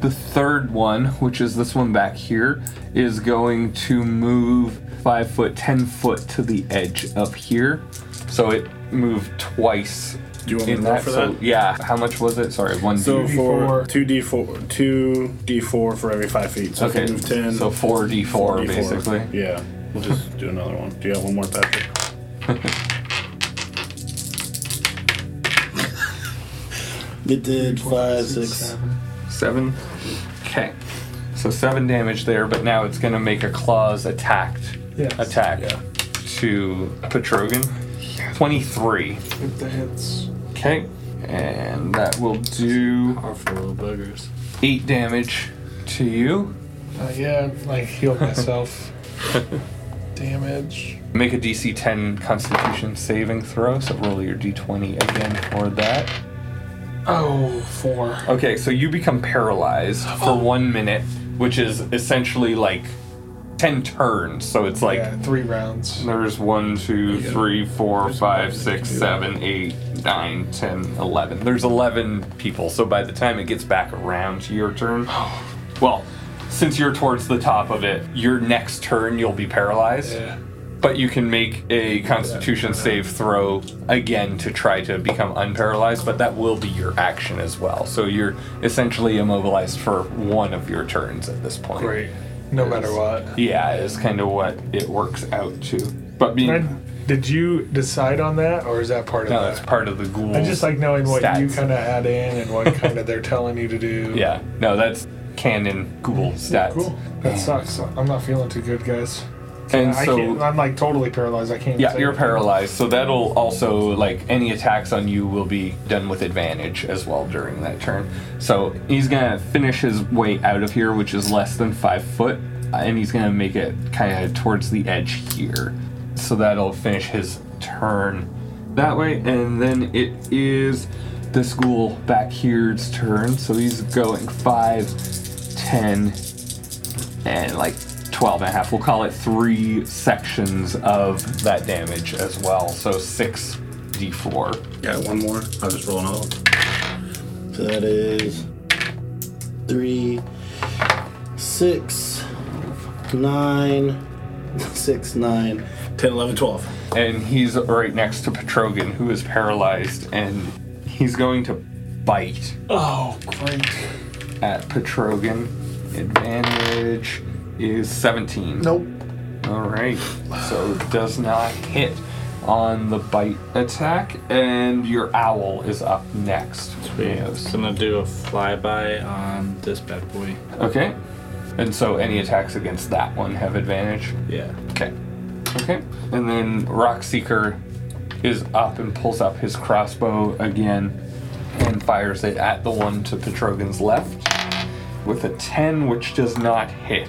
The third one, which is this one back here, is going to move five foot, ten foot to the edge up here. So it moved twice.
Do you want me
in
to roll
that,
for
so-
that?
yeah. How much was it? Sorry, one.
So
D-
for two d4, two d4 for every five feet. So
okay.
if you move ten.
so four d four
d4.
basically.
Yeah. We'll just do another one. Do you have one more, Patrick? It did five, six.
Seven. Okay. So seven damage there, but now it's gonna make a claws attacked
Yes.
attack to Petrogan. Twenty-three.
If the hits.
Okay. And that will do
Powerful little buggers.
eight damage to you.
Uh, yeah, like healed myself. Damage.
Make a DC 10 Constitution saving throw. So roll your D20 again for that.
Oh, four.
Okay, so you become paralyzed for one minute, which is essentially like 10 turns. So it's like
yeah, three rounds.
there's one, two, three, four, five, six, seven, eight, nine, ten, eleven. There's 11 people. So by the time it gets back around to your turn, well, since you're towards the top of it, your next turn you'll be paralyzed.
Yeah.
But you can make a constitution save throw again to try to become unparalyzed, but that will be your action as well. So you're essentially immobilized for one of your turns at this point.
Great. No matter what.
Yeah, is kind of what it works out to. But being.
Fred, did you decide on that, or is that part
no,
of
that's
that?
part of the ghoul.
uh, I just like knowing what you
stats.
kind of add in and what kind of they're telling you to do.
Yeah, no, that's canon ghoul stats.
Cool. That sucks. I'm not feeling too good, guys.
And
I
so.
can't, I'm like totally paralyzed. I can't.
Yeah,
say
you're
anything.
paralyzed, so that'll also like any attacks on you will be done with advantage as well during that turn. So he's gonna finish his way out of here, which is less than five foot, and he's gonna make it kind of towards the edge here. So that'll finish his turn that way, and then it is this ghoul back here's turn. So he's going five, ten, and like 12 and a half. We'll call it three sections of that damage as well. So 6d4.
Yeah, one more. I'll just roll another one. So that is
three, six, nine, six, nine.
10, 11, 12.
And he's right next to Petrogan, who is paralyzed, and he's going to bite
Oh, great.
at Petrogan. Advantage is 17.
Nope.
All right. So it does not hit on the bite attack, and your owl is up next.
Sweet. I was gonna do a flyby on this bad boy.
Okay. And so any attacks against that one have advantage.
Yeah.
Okay. Okay. And then Rockseeker is up and pulls up his crossbow again and fires it at the one to Petrogan's left with a 10, which does not hit.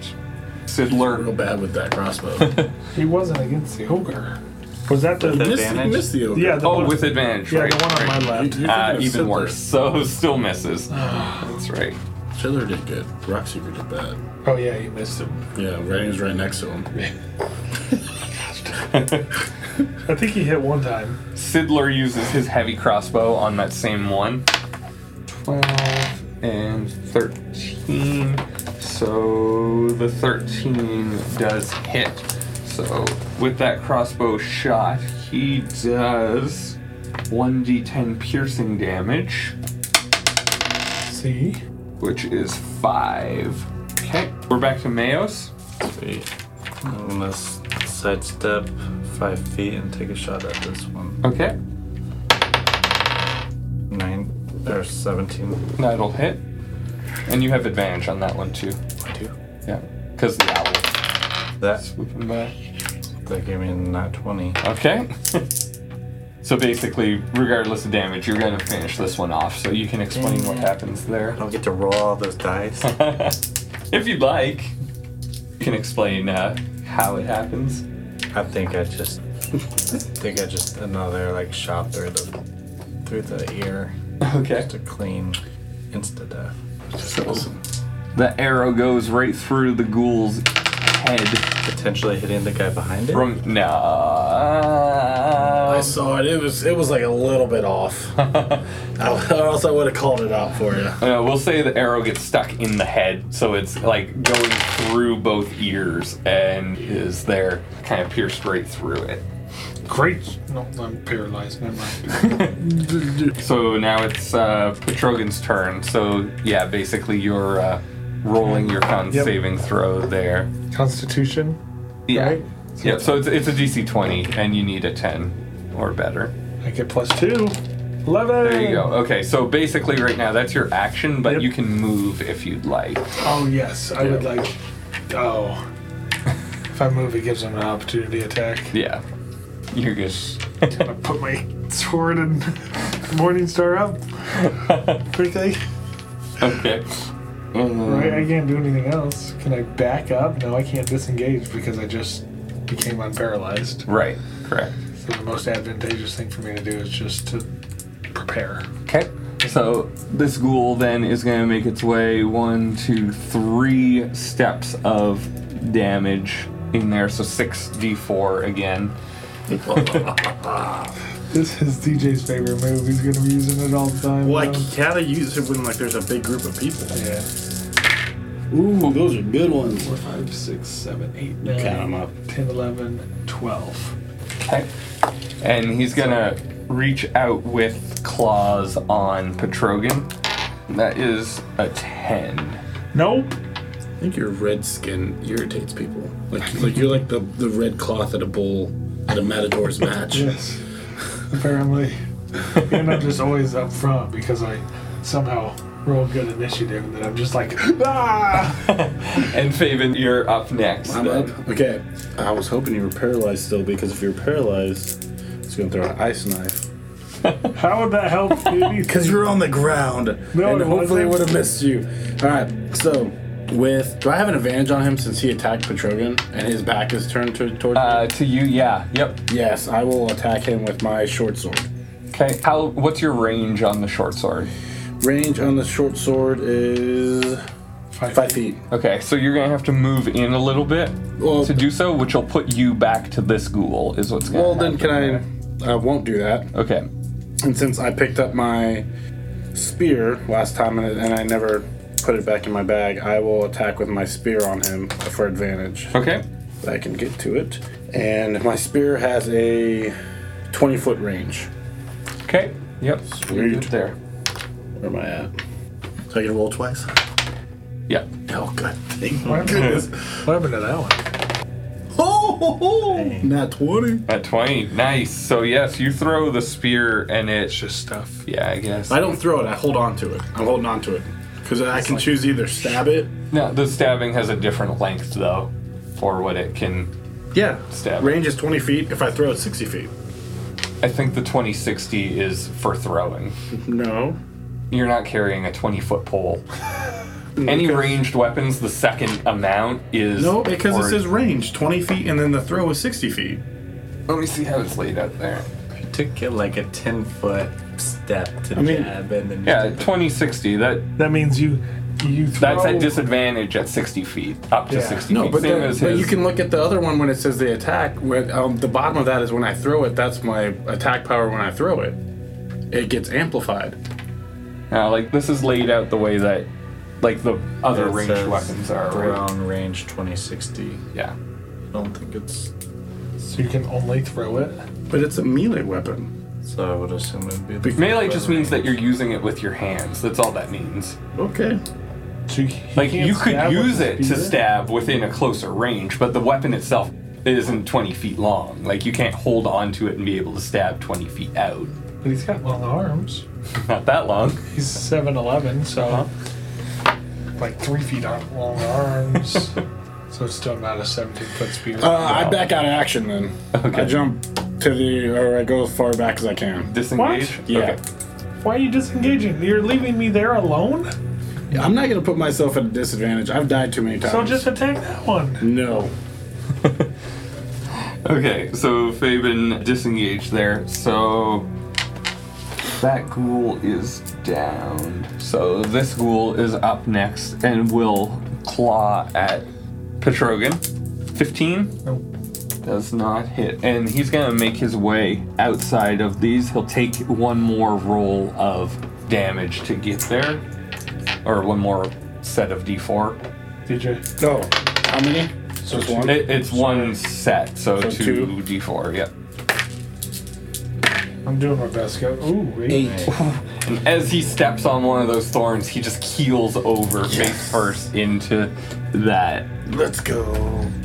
Real
Sidler.
bad with that crossbow.
He wasn't against the ogre. Was that the?
With
missed, you
Advantage?
missed the ogre.
yeah. The
Oh,
one-
with advantage,
Yeah,
right?
the one on
right.
my left.
You-
Uh,
you're thinking of
even
Sidler.
worse. So still misses. That's right.
Chiller did good. Rockseeker did bad.
Oh yeah, you missed him.
Yeah, Rain's right next to him.
I think he hit one time.
Sidler uses his heavy crossbow on that same one. 12 and 13. So the 13 does hit. So with that crossbow shot, he does 1d10 piercing damage,
See?
which is 5. Okay, we're back to Mayos.
Sweet. I'm gonna s- sidestep five feet and take a shot at this one.
Okay,
Nine or seventeen.
that'll hit. And you have advantage on that one too.
I do.
Yeah, because the owl
That
swooping by.
that gave me a nat twenty.
Okay. so basically, regardless of damage, you're going to finish this one off, so you can explain what happens there.
I'll get to roll all those dice.
if you'd like, you can explain uh, how it happens.
I think I just I think I just another like shot through the through the ear.
Okay.
Just a clean insta death.
The arrow goes right through the ghoul's head.
Potentially hitting the guy behind it.
From no.
I saw it. It was it was like a little bit off. I, or else I would have called it out for you.
Uh, we'll say the arrow gets stuck in the head, so it's like going through both ears and is there, kind of pierced right through it.
Great. No, I'm paralyzed. Never mind.
So now it's uh, Petrogan's turn. So yeah, basically you're uh, rolling your con
Yep.
saving throw there.
Constitution.
Yeah.
Right?
Yeah. So it's, it's a DC 20, and you need a 10 or better.
I get plus two. Eleven.
There you go. Okay. So basically, right now that's your action, but
Yep.
you can move if you'd like.
Oh yes, I would like. Oh. If I move, it gives him an opportunity attack.
Yeah. You're just.
I put my sword and morning star up quickly.
okay.
Right, I can't do anything else. Can I back up? No, I can't disengage because I just became unparalyzed.
Right. Correct.
So the most advantageous thing for me to do is just to prepare.
Okay. So this ghoul then is going to make its way one, two, three steps of damage in there. So six d4 again.
This is DJ's favorite move. He's gonna be using it all the time.
Like
now.
how to use it when like there's a big group of people.
yeah.
Ooh, those are good ones.
Four, five, six, seven, eight, nine,
Count 'em up.
10, 11, 12.
Okay. And he's going to reach out with claws on Petrogan. That is a 10.
Nope.
I think your red skin irritates people. Like like you're like the, the red cloth at a bull at a matador's match.
Yes. Apparently. and I'm just always up front because I somehow roll good initiative and then I'm just like, ah!
And Faven, you're up next.
I'm
then.
up. Okay. I was hoping you were paralyzed still because if you're paralyzed, it's gonna throw an ice knife.
How would that help?
Because you're on the ground.
No,
and
it
hopefully it
wasn't.
would have missed you. Alright, so with do I have an advantage on him since he attacked Petrogan and his back is turned to, towards
Uh, to you, yeah. Yep.
me? Yes, I will attack him with my short sword.
Okay. How? What's your range on the short sword?
Range on the short sword is five, feet.
Okay, so you're gonna have to move in a little bit
Well-
to do so, which will put you back to this ghoul, is what's gonna
Well, then
happen.
can I? I won't do that.
Okay,
And since I picked up my spear last time and, and I never put it back in my bag, I will attack with my spear on him for advantage.
okay,
I can get to it. And my spear has a 20 foot range.
okay, yep, you're good
Sweet.
there.
Where am I at? So I can roll twice?
Yep.
Oh, good. Thank
What happened,
goodness.
what happened to that one?
Oh, ho, ho. Nat 20.
At 20, nice. So, yes, you throw the spear and it.
It's just stuff.
Yeah, I guess.
I don't throw it, I hold on to it. I'm holding on to it. Because I can choose either stab it.
No, the stabbing has a different length, though, for what it can.
Yeah.
Stab.
Range is 20 feet. If I throw it 60 feet.
I think the 2060 is for throwing.
No.
You're not carrying a 20 foot pole. Any ranged weapons, the second amount is.
No, because
for-
it says range 20 feet and then the throw is 60 feet.
Let me see how it's laid out there.
Took you like a ten foot step to
mean-
jab and then
Yeah, 2060. That
That means you you throw.
that's at disadvantage at 60 feet, up to
Yeah.
60
No,
feet.
but,
Same
then,
as
but
his.
you can look at the other one when it says the attack. When um, the bottom of that is when I throw it, that's my attack power when I throw it. It gets amplified.
Now, like this is laid out the way that, like the other
It
ranged
says
weapons are. Right?
Around range 2060.
Yeah.
I don't think it's
So you can only throw it.
But it's a melee weapon.
So I would assume it'd be the
Melee just means that you're using it with your hands. That's all that means.
Okay.
So he
Like
can't
you could
stab with
use
his
it
spear?
to stab within a closer range, but the weapon itself isn't 20 feet long. Like you can't hold onto it and be able to stab 20 feet out.
But he's got long arms.
Not that long.
He's seven eleven, so
Uh-huh.
like three feet on long arms. so it's still not a seventeen foot spear.
Uh, I back out of action then. I jump to the, or I go as far back as I can.
Disengage.
Yeah.
Okay.
Why are you disengaging? You're leaving me there alone?
Yeah, I'm not gonna put myself at a disadvantage. I've died too many times.
So just attack that one.
no.
Okay, so Fabian disengaged there. So that ghoul is down. So this ghoul is up next and will claw at Petrogan. 15?
Nope.
Does not hit. And he's going to make his way outside of these. He'll take one more roll of damage to get there, or one more set of d4.
DJ.
No. How many? So it's one.
It, it's one set, so,
So
two,
two.
d4, yep.
I'm doing my best, guys. Ooh, eight.
As he steps on one of those thorns, he just keels over face first into that.
Let's go.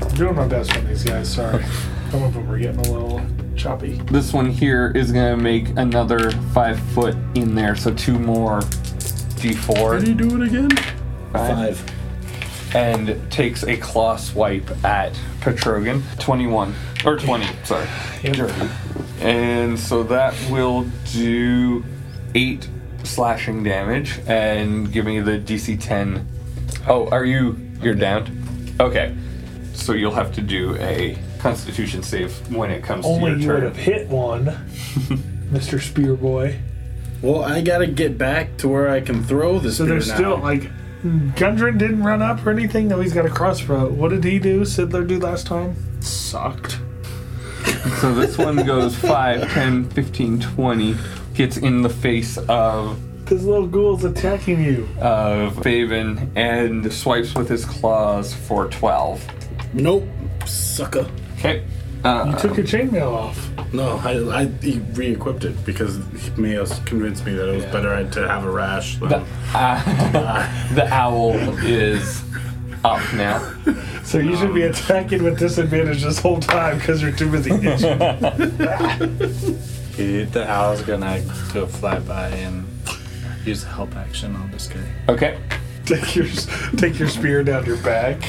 I'm doing my best on these guys, sorry. Some of them are getting a little choppy.
This one here is gonna make another five foot in there, so two more
Did
d4
you do it again?
Five.
and takes a claw swipe at Petrogan. 21 or 20, sorry. And so that will do eight slashing damage and give me the DC 10. Oh, are you? You're down? Okay. So you'll have to do a constitution save when it comes
Only
to
you
your
would
turn.
have hit one, Mr. Spear Boy.
Well, I gotta get back to where I can throw this.
So there's still like Gundren didn't run up or anything. No, he's got a crossbow. What did he do? Sidler do last time? Sucked.
So this one goes 5, 10, 15, 20. Gets in the face of
This little ghoul's attacking you.
of Faven and swipes with his claws for 12.
Nope, sucker.
Okay. Uh,
You took your chainmail off.
No, I, I he re-equipped it because Mios convinced me that it was better to have a rash. Than
the, uh, the owl is up now.
So you should
Um.
be attacking with disadvantage this whole time because you're too busy itching.
Dude, the owl's gonna go fly by and use a help action on this guy.
Okay.
take your take your spear down your back.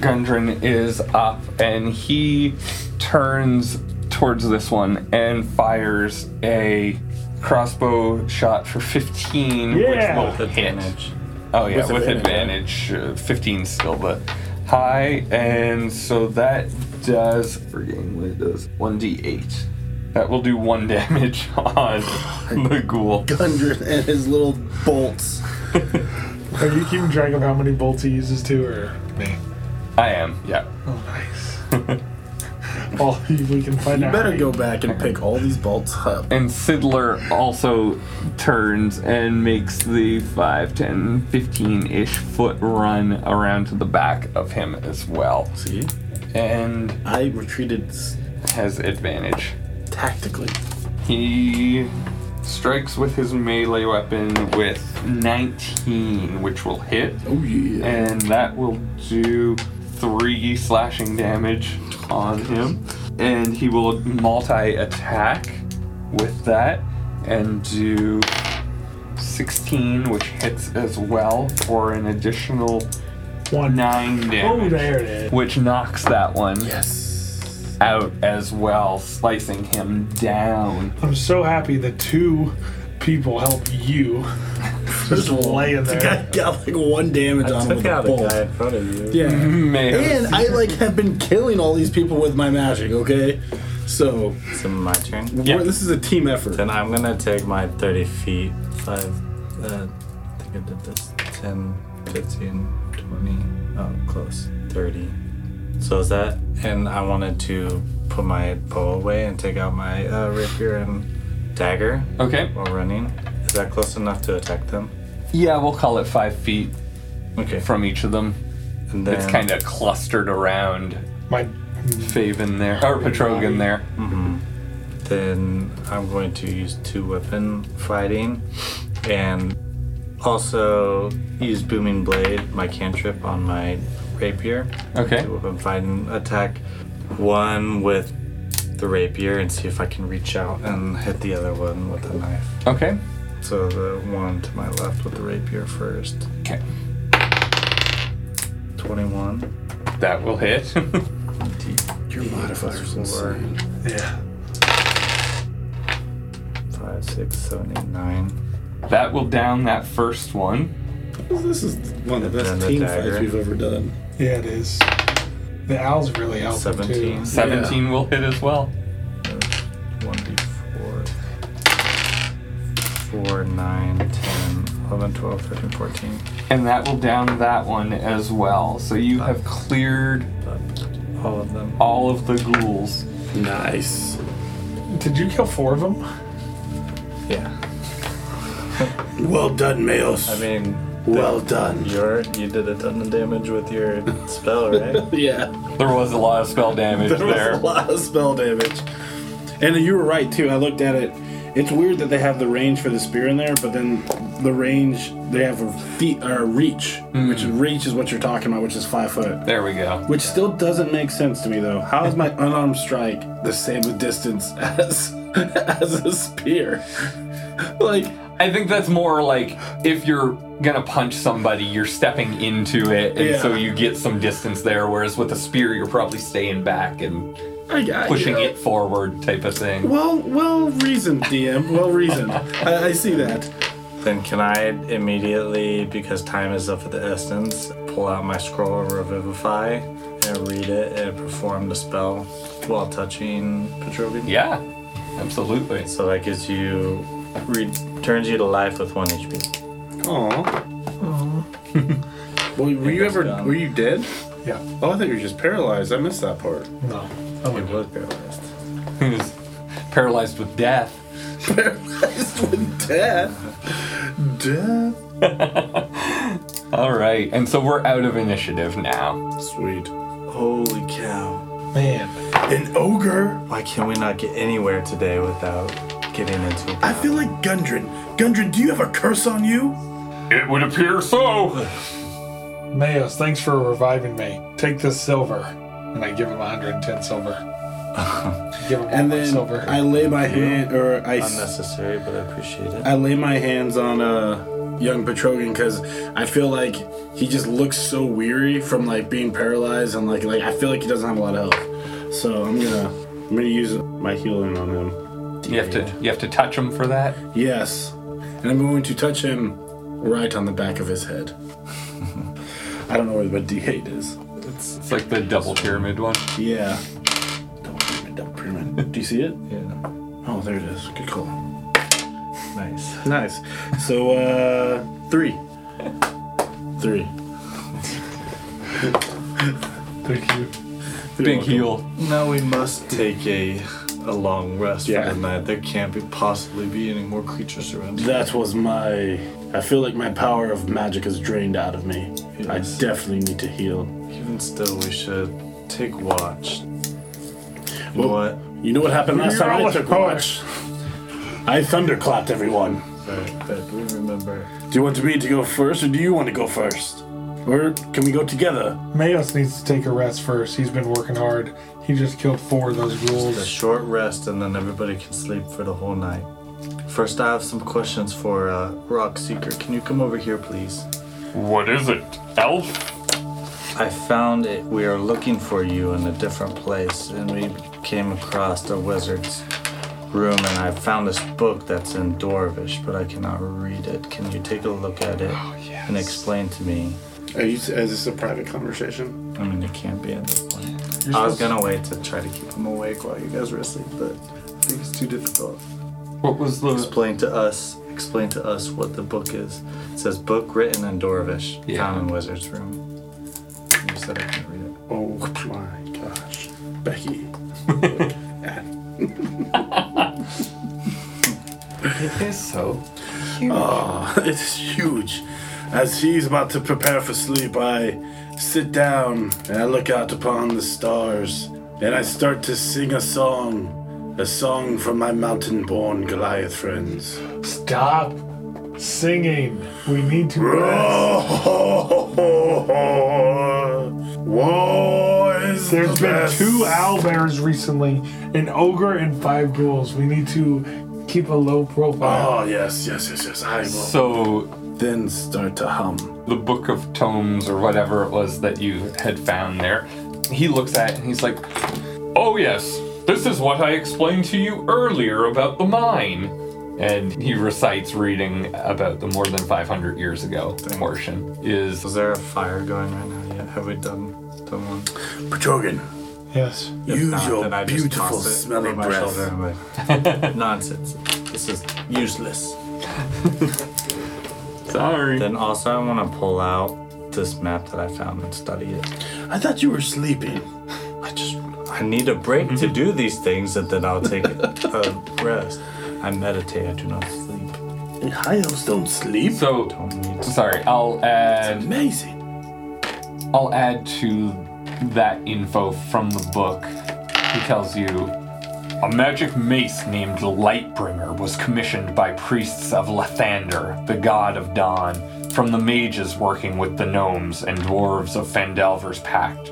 Gundren is up and he turns towards this one and fires a crossbow shot for 15,
Yeah.
which will hit.
Damage.
Oh, yeah, with, advantage. Uh, 15 still, but high. And so that does, forgetting what it does, 1d8. That will do one damage on the ghoul.
Hundred and his little bolts.
Are you keeping track of how many bolts he uses too, or me?
I am, yeah.
Oh, nice. Well, we can find
you
out.
better go back and pick all these bolts up.
And Sidler also turns and makes the 5, 10, 15 ish foot run around to the back of him as well.
See,
And
I retreated s-
has advantage.
tactically.
He strikes with his melee weapon with 19, which will hit.
Oh yeah.
And that will do three slashing damage on him. And he will multi attack with that and do 16, which hits as well for an additional
One.
9
Oh,
damage.
there it is.
Which knocks that one
Yes.
out as well, slicing him down.
I'm so happy that two people help you. Just laying
The guy
there.
got like one damage on him
Took
with a
out a
bolt.
guy in front of you.
Yeah.
Man.
And I like have been killing all these people with my magic. Okay. So
It's my turn.
Yeah.
we're- this is a team effort.
Then I'm gonna take my 30 feet, 5, uh, I think I did this, 10, 15, 20, oh, close, 30. So is that, and I wanted to put my bow away and take out my uh, rapier and dagger
Okay.
while running. Is that close enough to attack them?
Yeah, we'll call it five feet
Okay.
from each of them.
and then
It's kind of clustered around
My
Faven there, or Petrogan there.
Mm-hmm. then I'm going to use two weapon fighting and also use Booming Blade, my cantrip, on my rapier.
Okay.
Two weapon fighting attack. One with the rapier and see if I can reach out and hit the other one with the knife.
Okay.
So the one to my left with the rapier first.
Okay.
21.
That will hit.
Your modifiers
Four,
insane.
Yeah.
five, six, seven, eight, nine.
that will down that first one.
This is one of the
And
best
the
team
dagger.
fights we've ever done.
Yeah, it is. The owl's really helping too.
17.
17 will hit as well.
1d4. 4, 9, 10, 11, 12, 13, 14.
And that will down that one as well. So you have cleared
All of them.
all of the ghouls.
Nice.
Did you kill four of them?
Yeah.
Well done, Mayos.
I mean,
well done.
you're, you did a ton of damage with your spell, right?
Yeah,
There was a lot of spell damage
there was
there.
a lot of spell damage.
And you were right too. I looked at it. It's weird that they have the range for the spear in there, but then the range they have a feet or a reach, which reach is what you're talking about, which is five foot.
There we go.
Which still doesn't make sense to me though. How is my unarmed strike the same with distance as as a spear? like
I think that's more like if you're gonna punch somebody, you're stepping into it, and so
Yeah.
you get some distance there. Whereas with a spear, you're probably staying back and
I got
pushing it forward, type of thing.
Well, well reasoned, DM. Well reasoned. I, I see that.
then can I immediately, because time is of the essence, pull out my scroll of Revivify and read it and perform the spell while touching Petrovian?
Yeah, absolutely.
So that gives you, returns you to life with 1 HP.
Aw.
Well,
Were you ever? Were you dead?
Yeah.
Oh, I thought you were just paralyzed. I missed that part.
No.
It was paralyzed.
He was paralyzed with death.
Death. Death.
All right, and so we're out of initiative now.
Sweet.
Holy cow.
Man.
An ogre?
Why can we not get anywhere today without getting into a
I feel like Gundren. Gundren, do you have a curse on you?
It would appear so.
Mayos, thanks for reviving me. Take this silver. And I give him 110 silver. give him
And
all my
then
silver.
I lay my hand, or I, s-
unnecessary, but I appreciate it.
I lay my hands on uh, young Petrogan because I feel like he just looks so weary from like being paralyzed and like like I feel like he doesn't have a lot of health. So I'm gonna I'm gonna use my healing on him.
You have to you have to touch him for that.
Yes, and I'm going to touch him right on the back of his head. I don't know where the D8 is.
It's like the double pyramid one.
Yeah. Double pyramid, double pyramid. Do you see it?
yeah,
Oh, there it is. Good call.
nice.
Nice. So, uh, three. Three.
Thank you.
Big heel.
Now we must take a a long rest
Yeah.
for the night. There can't be possibly be any more creatures around. here.
That was my. I feel like my power of magic is drained out of me. I
Yes.
definitely need to heal.
Even still, we should take watch.
Well-
what?
You know what happened last
You're
time I
always
took
poor.
watch? I thunderclapped everyone.
But, but we remember.
Do you want me to go first, or do you want to go first? Or can we go together?
Mayos needs to take a rest first. He's been working hard. He just killed four of those
A
ghouls.
short rest, and then everybody can sleep for the whole night. First, I have some questions for uh, Rock Seeker. Can you come over here, please?
What is it? Elf?
I found it. We are looking for you in a different place, and we came across the wizard's room, and I found this book that's in Dwarvish, but I cannot read it. Can you take a look at it and explain to me?
Are you, is this a private conversation?
I mean, it can't be at this point. I was gonna wait to try to keep him awake while you guys were asleep, but I think it's too difficult.
What was the?
Explain to us. Explain to us what the book is. It says book written in Dwarvish,
Yeah.
found in wizard's room. You said I can read it.
Oh my gosh. Becky.
It is so.
It's huge. As he's about to prepare for sleep, I sit down and I look out upon the stars and I start to sing a song
A song from my mountain born Goliath friends.
Stop singing. We need to rest.
War is
There's
the
been
best.
two owlbears recently, an ogre and five ghouls. We need to keep a low profile.
Oh, yes, yes, yes, yes. I will
So
then start to hum.
the book of tomes or whatever it was that you had found there, he looks at it and he's like, "Oh yes, this is what I explained to you earlier about the mine." And he recites reading about the more than 500 years ago portion is
Is there a fire going right now yet? Have we done done one?
Petrogan,
Yes.
use
Not that I
your
just
beautiful
toss it
smelly
over my
breath.
shoulder and like, Nonsense. This is useless.
sorry.
Then also, I want to pull out this map that I found and study it.
I thought you were sleeping.
I just I need a break
Mm-hmm.
to do these things, and then I'll take a rest. I meditate. I do not sleep.
Hyos don't sleep.
So
Don't need to.
sorry, I'll add
Amazing.
I'll add to that info from the book. He tells you a magic mace named Lightbringer was commissioned by priests of Lathander, the god of dawn, from the mages working with the gnomes and dwarves of Fandalver's pact.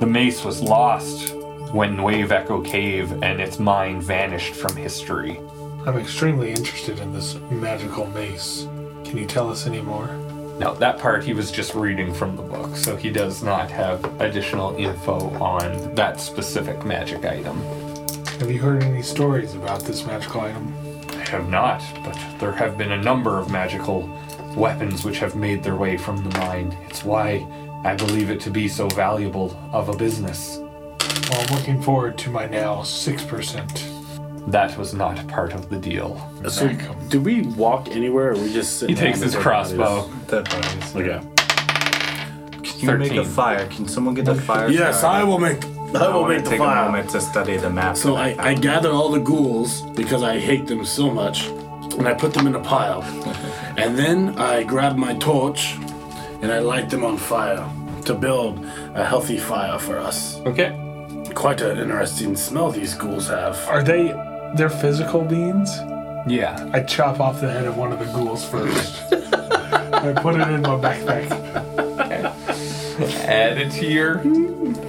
The mace was lost when Wave Echo Cave and its mine vanished from history.
I'm extremely interested in this magical mace. Can you tell us any more?
Now, that part he was just reading from the book, so he does not have additional info on that specific magic item.
Have you heard any stories about this magical item?
I have not, but there have been a number of magical weapons which have made their way from the mine. It's why I believe it to be so valuable of a business.
Well, I'm looking forward to my now 6%.
That was not part of the deal.
So, do we walk anywhere, or we just sit?
He takes his crossbow.
That part
Okay.
is- Can you make
13.
a fire? Can someone get the fire?
Yes, I will make. I will
wanna
make the
take a
fire.
moment to study the map.
So I, I gather all the ghouls because I hate them so much, and I put them in a pile. and then I grab my torch and I light them on fire to build a healthy fire for us.
Okay.
Quite an interesting smell these ghouls have.
Are they. They're physical beings?
Yeah.
I chop off the head of one of the ghouls first. I put it in my backpack.
add it to your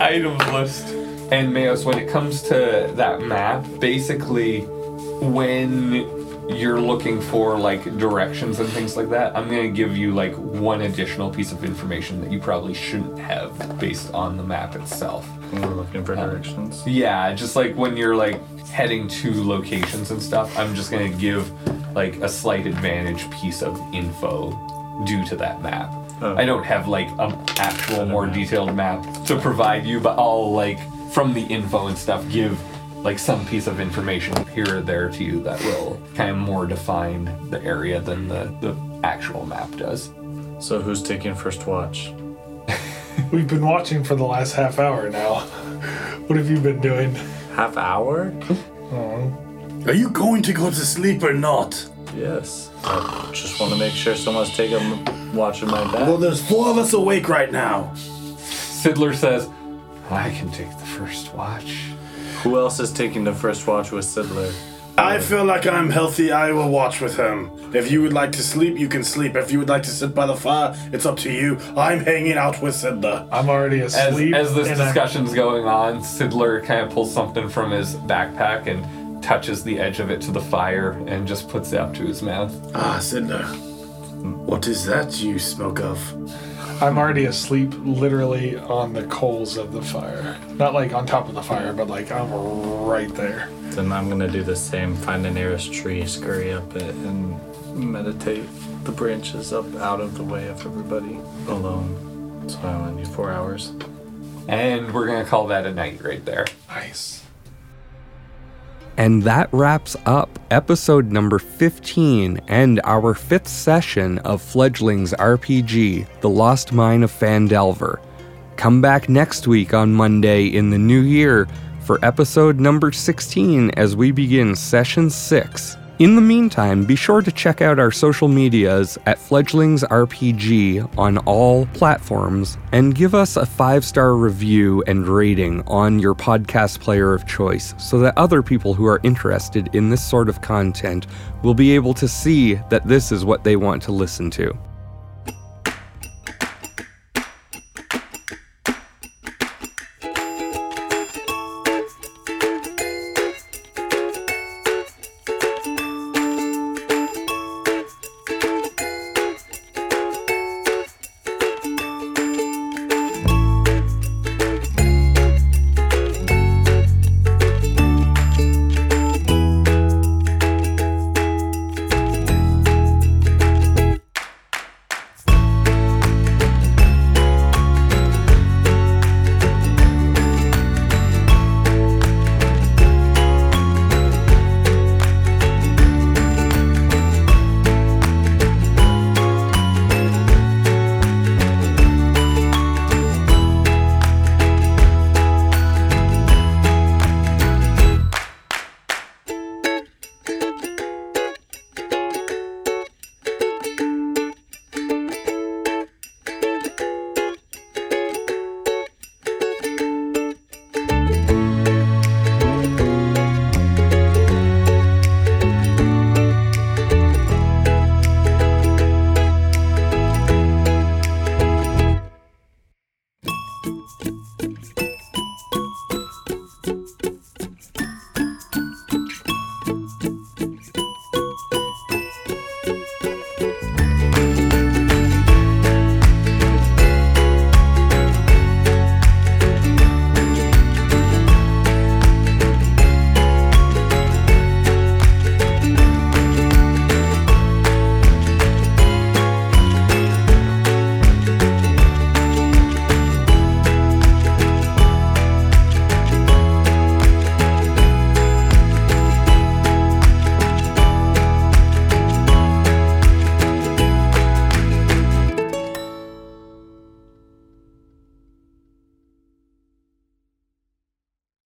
item list. And Mayos, when it comes to that map, basically, when you're looking for like directions and things like that, I'm gonna give you like one additional piece of information that you probably shouldn't have based on the map itself.
We're looking for directions.
Yeah, just like when you're like heading to locations and stuff, I'm just gonna give like a slight advantage piece of info due to that map.
Oh.
I don't have like an actual more detailed map to provide you, but I'll like from the info and stuff give like some piece of information here or there to you that will kind of more define the area than the, the actual map does.
So who's taking first watch?
We've been watching for the last half hour now. What have you been doing?
Half hour?
Are you going to go to sleep or not?
Yes. I just want to make sure someone's taking watching my back.
Well, there's four of us awake right now.
Sidler says, I can take the first watch.
Who else is taking the first watch with Sidler?
I feel like I'm healthy. I will watch with him. If you would like to sleep, you can sleep. If you would like to sit by the fire, it's up to you. I'm hanging out with Sidla.
I'm already
as,
asleep.
as this
and I'm-
discussion's going on, Sidler kind of pulls something from his backpack and touches the edge of it to the fire and just puts it up to his mouth.
Ah, Sidla. What is that you smoke of?
I'm already asleep literally on the coals of the fire. Not like on top of the fire, but like I'm right there.
Then I'm gonna do the same. Find the nearest tree, scurry up it, and meditate the branches up out of the way of everybody alone. So I only need four hours.
And we're going to call that a night right there.
Nice.
And that wraps up episode number 15 and our fifth session of Fledgling's RPG, The Lost Mine of Fandalver. Come back next week on Monday in the new year for episode number 16 as we begin session 6
In the meantime, be sure to check out our social medias at Fledglings RPG on all platforms and give us a five star review and rating on your podcast player of choice so that other people who are interested in this sort of content will be able to see that this is what they want to listen to.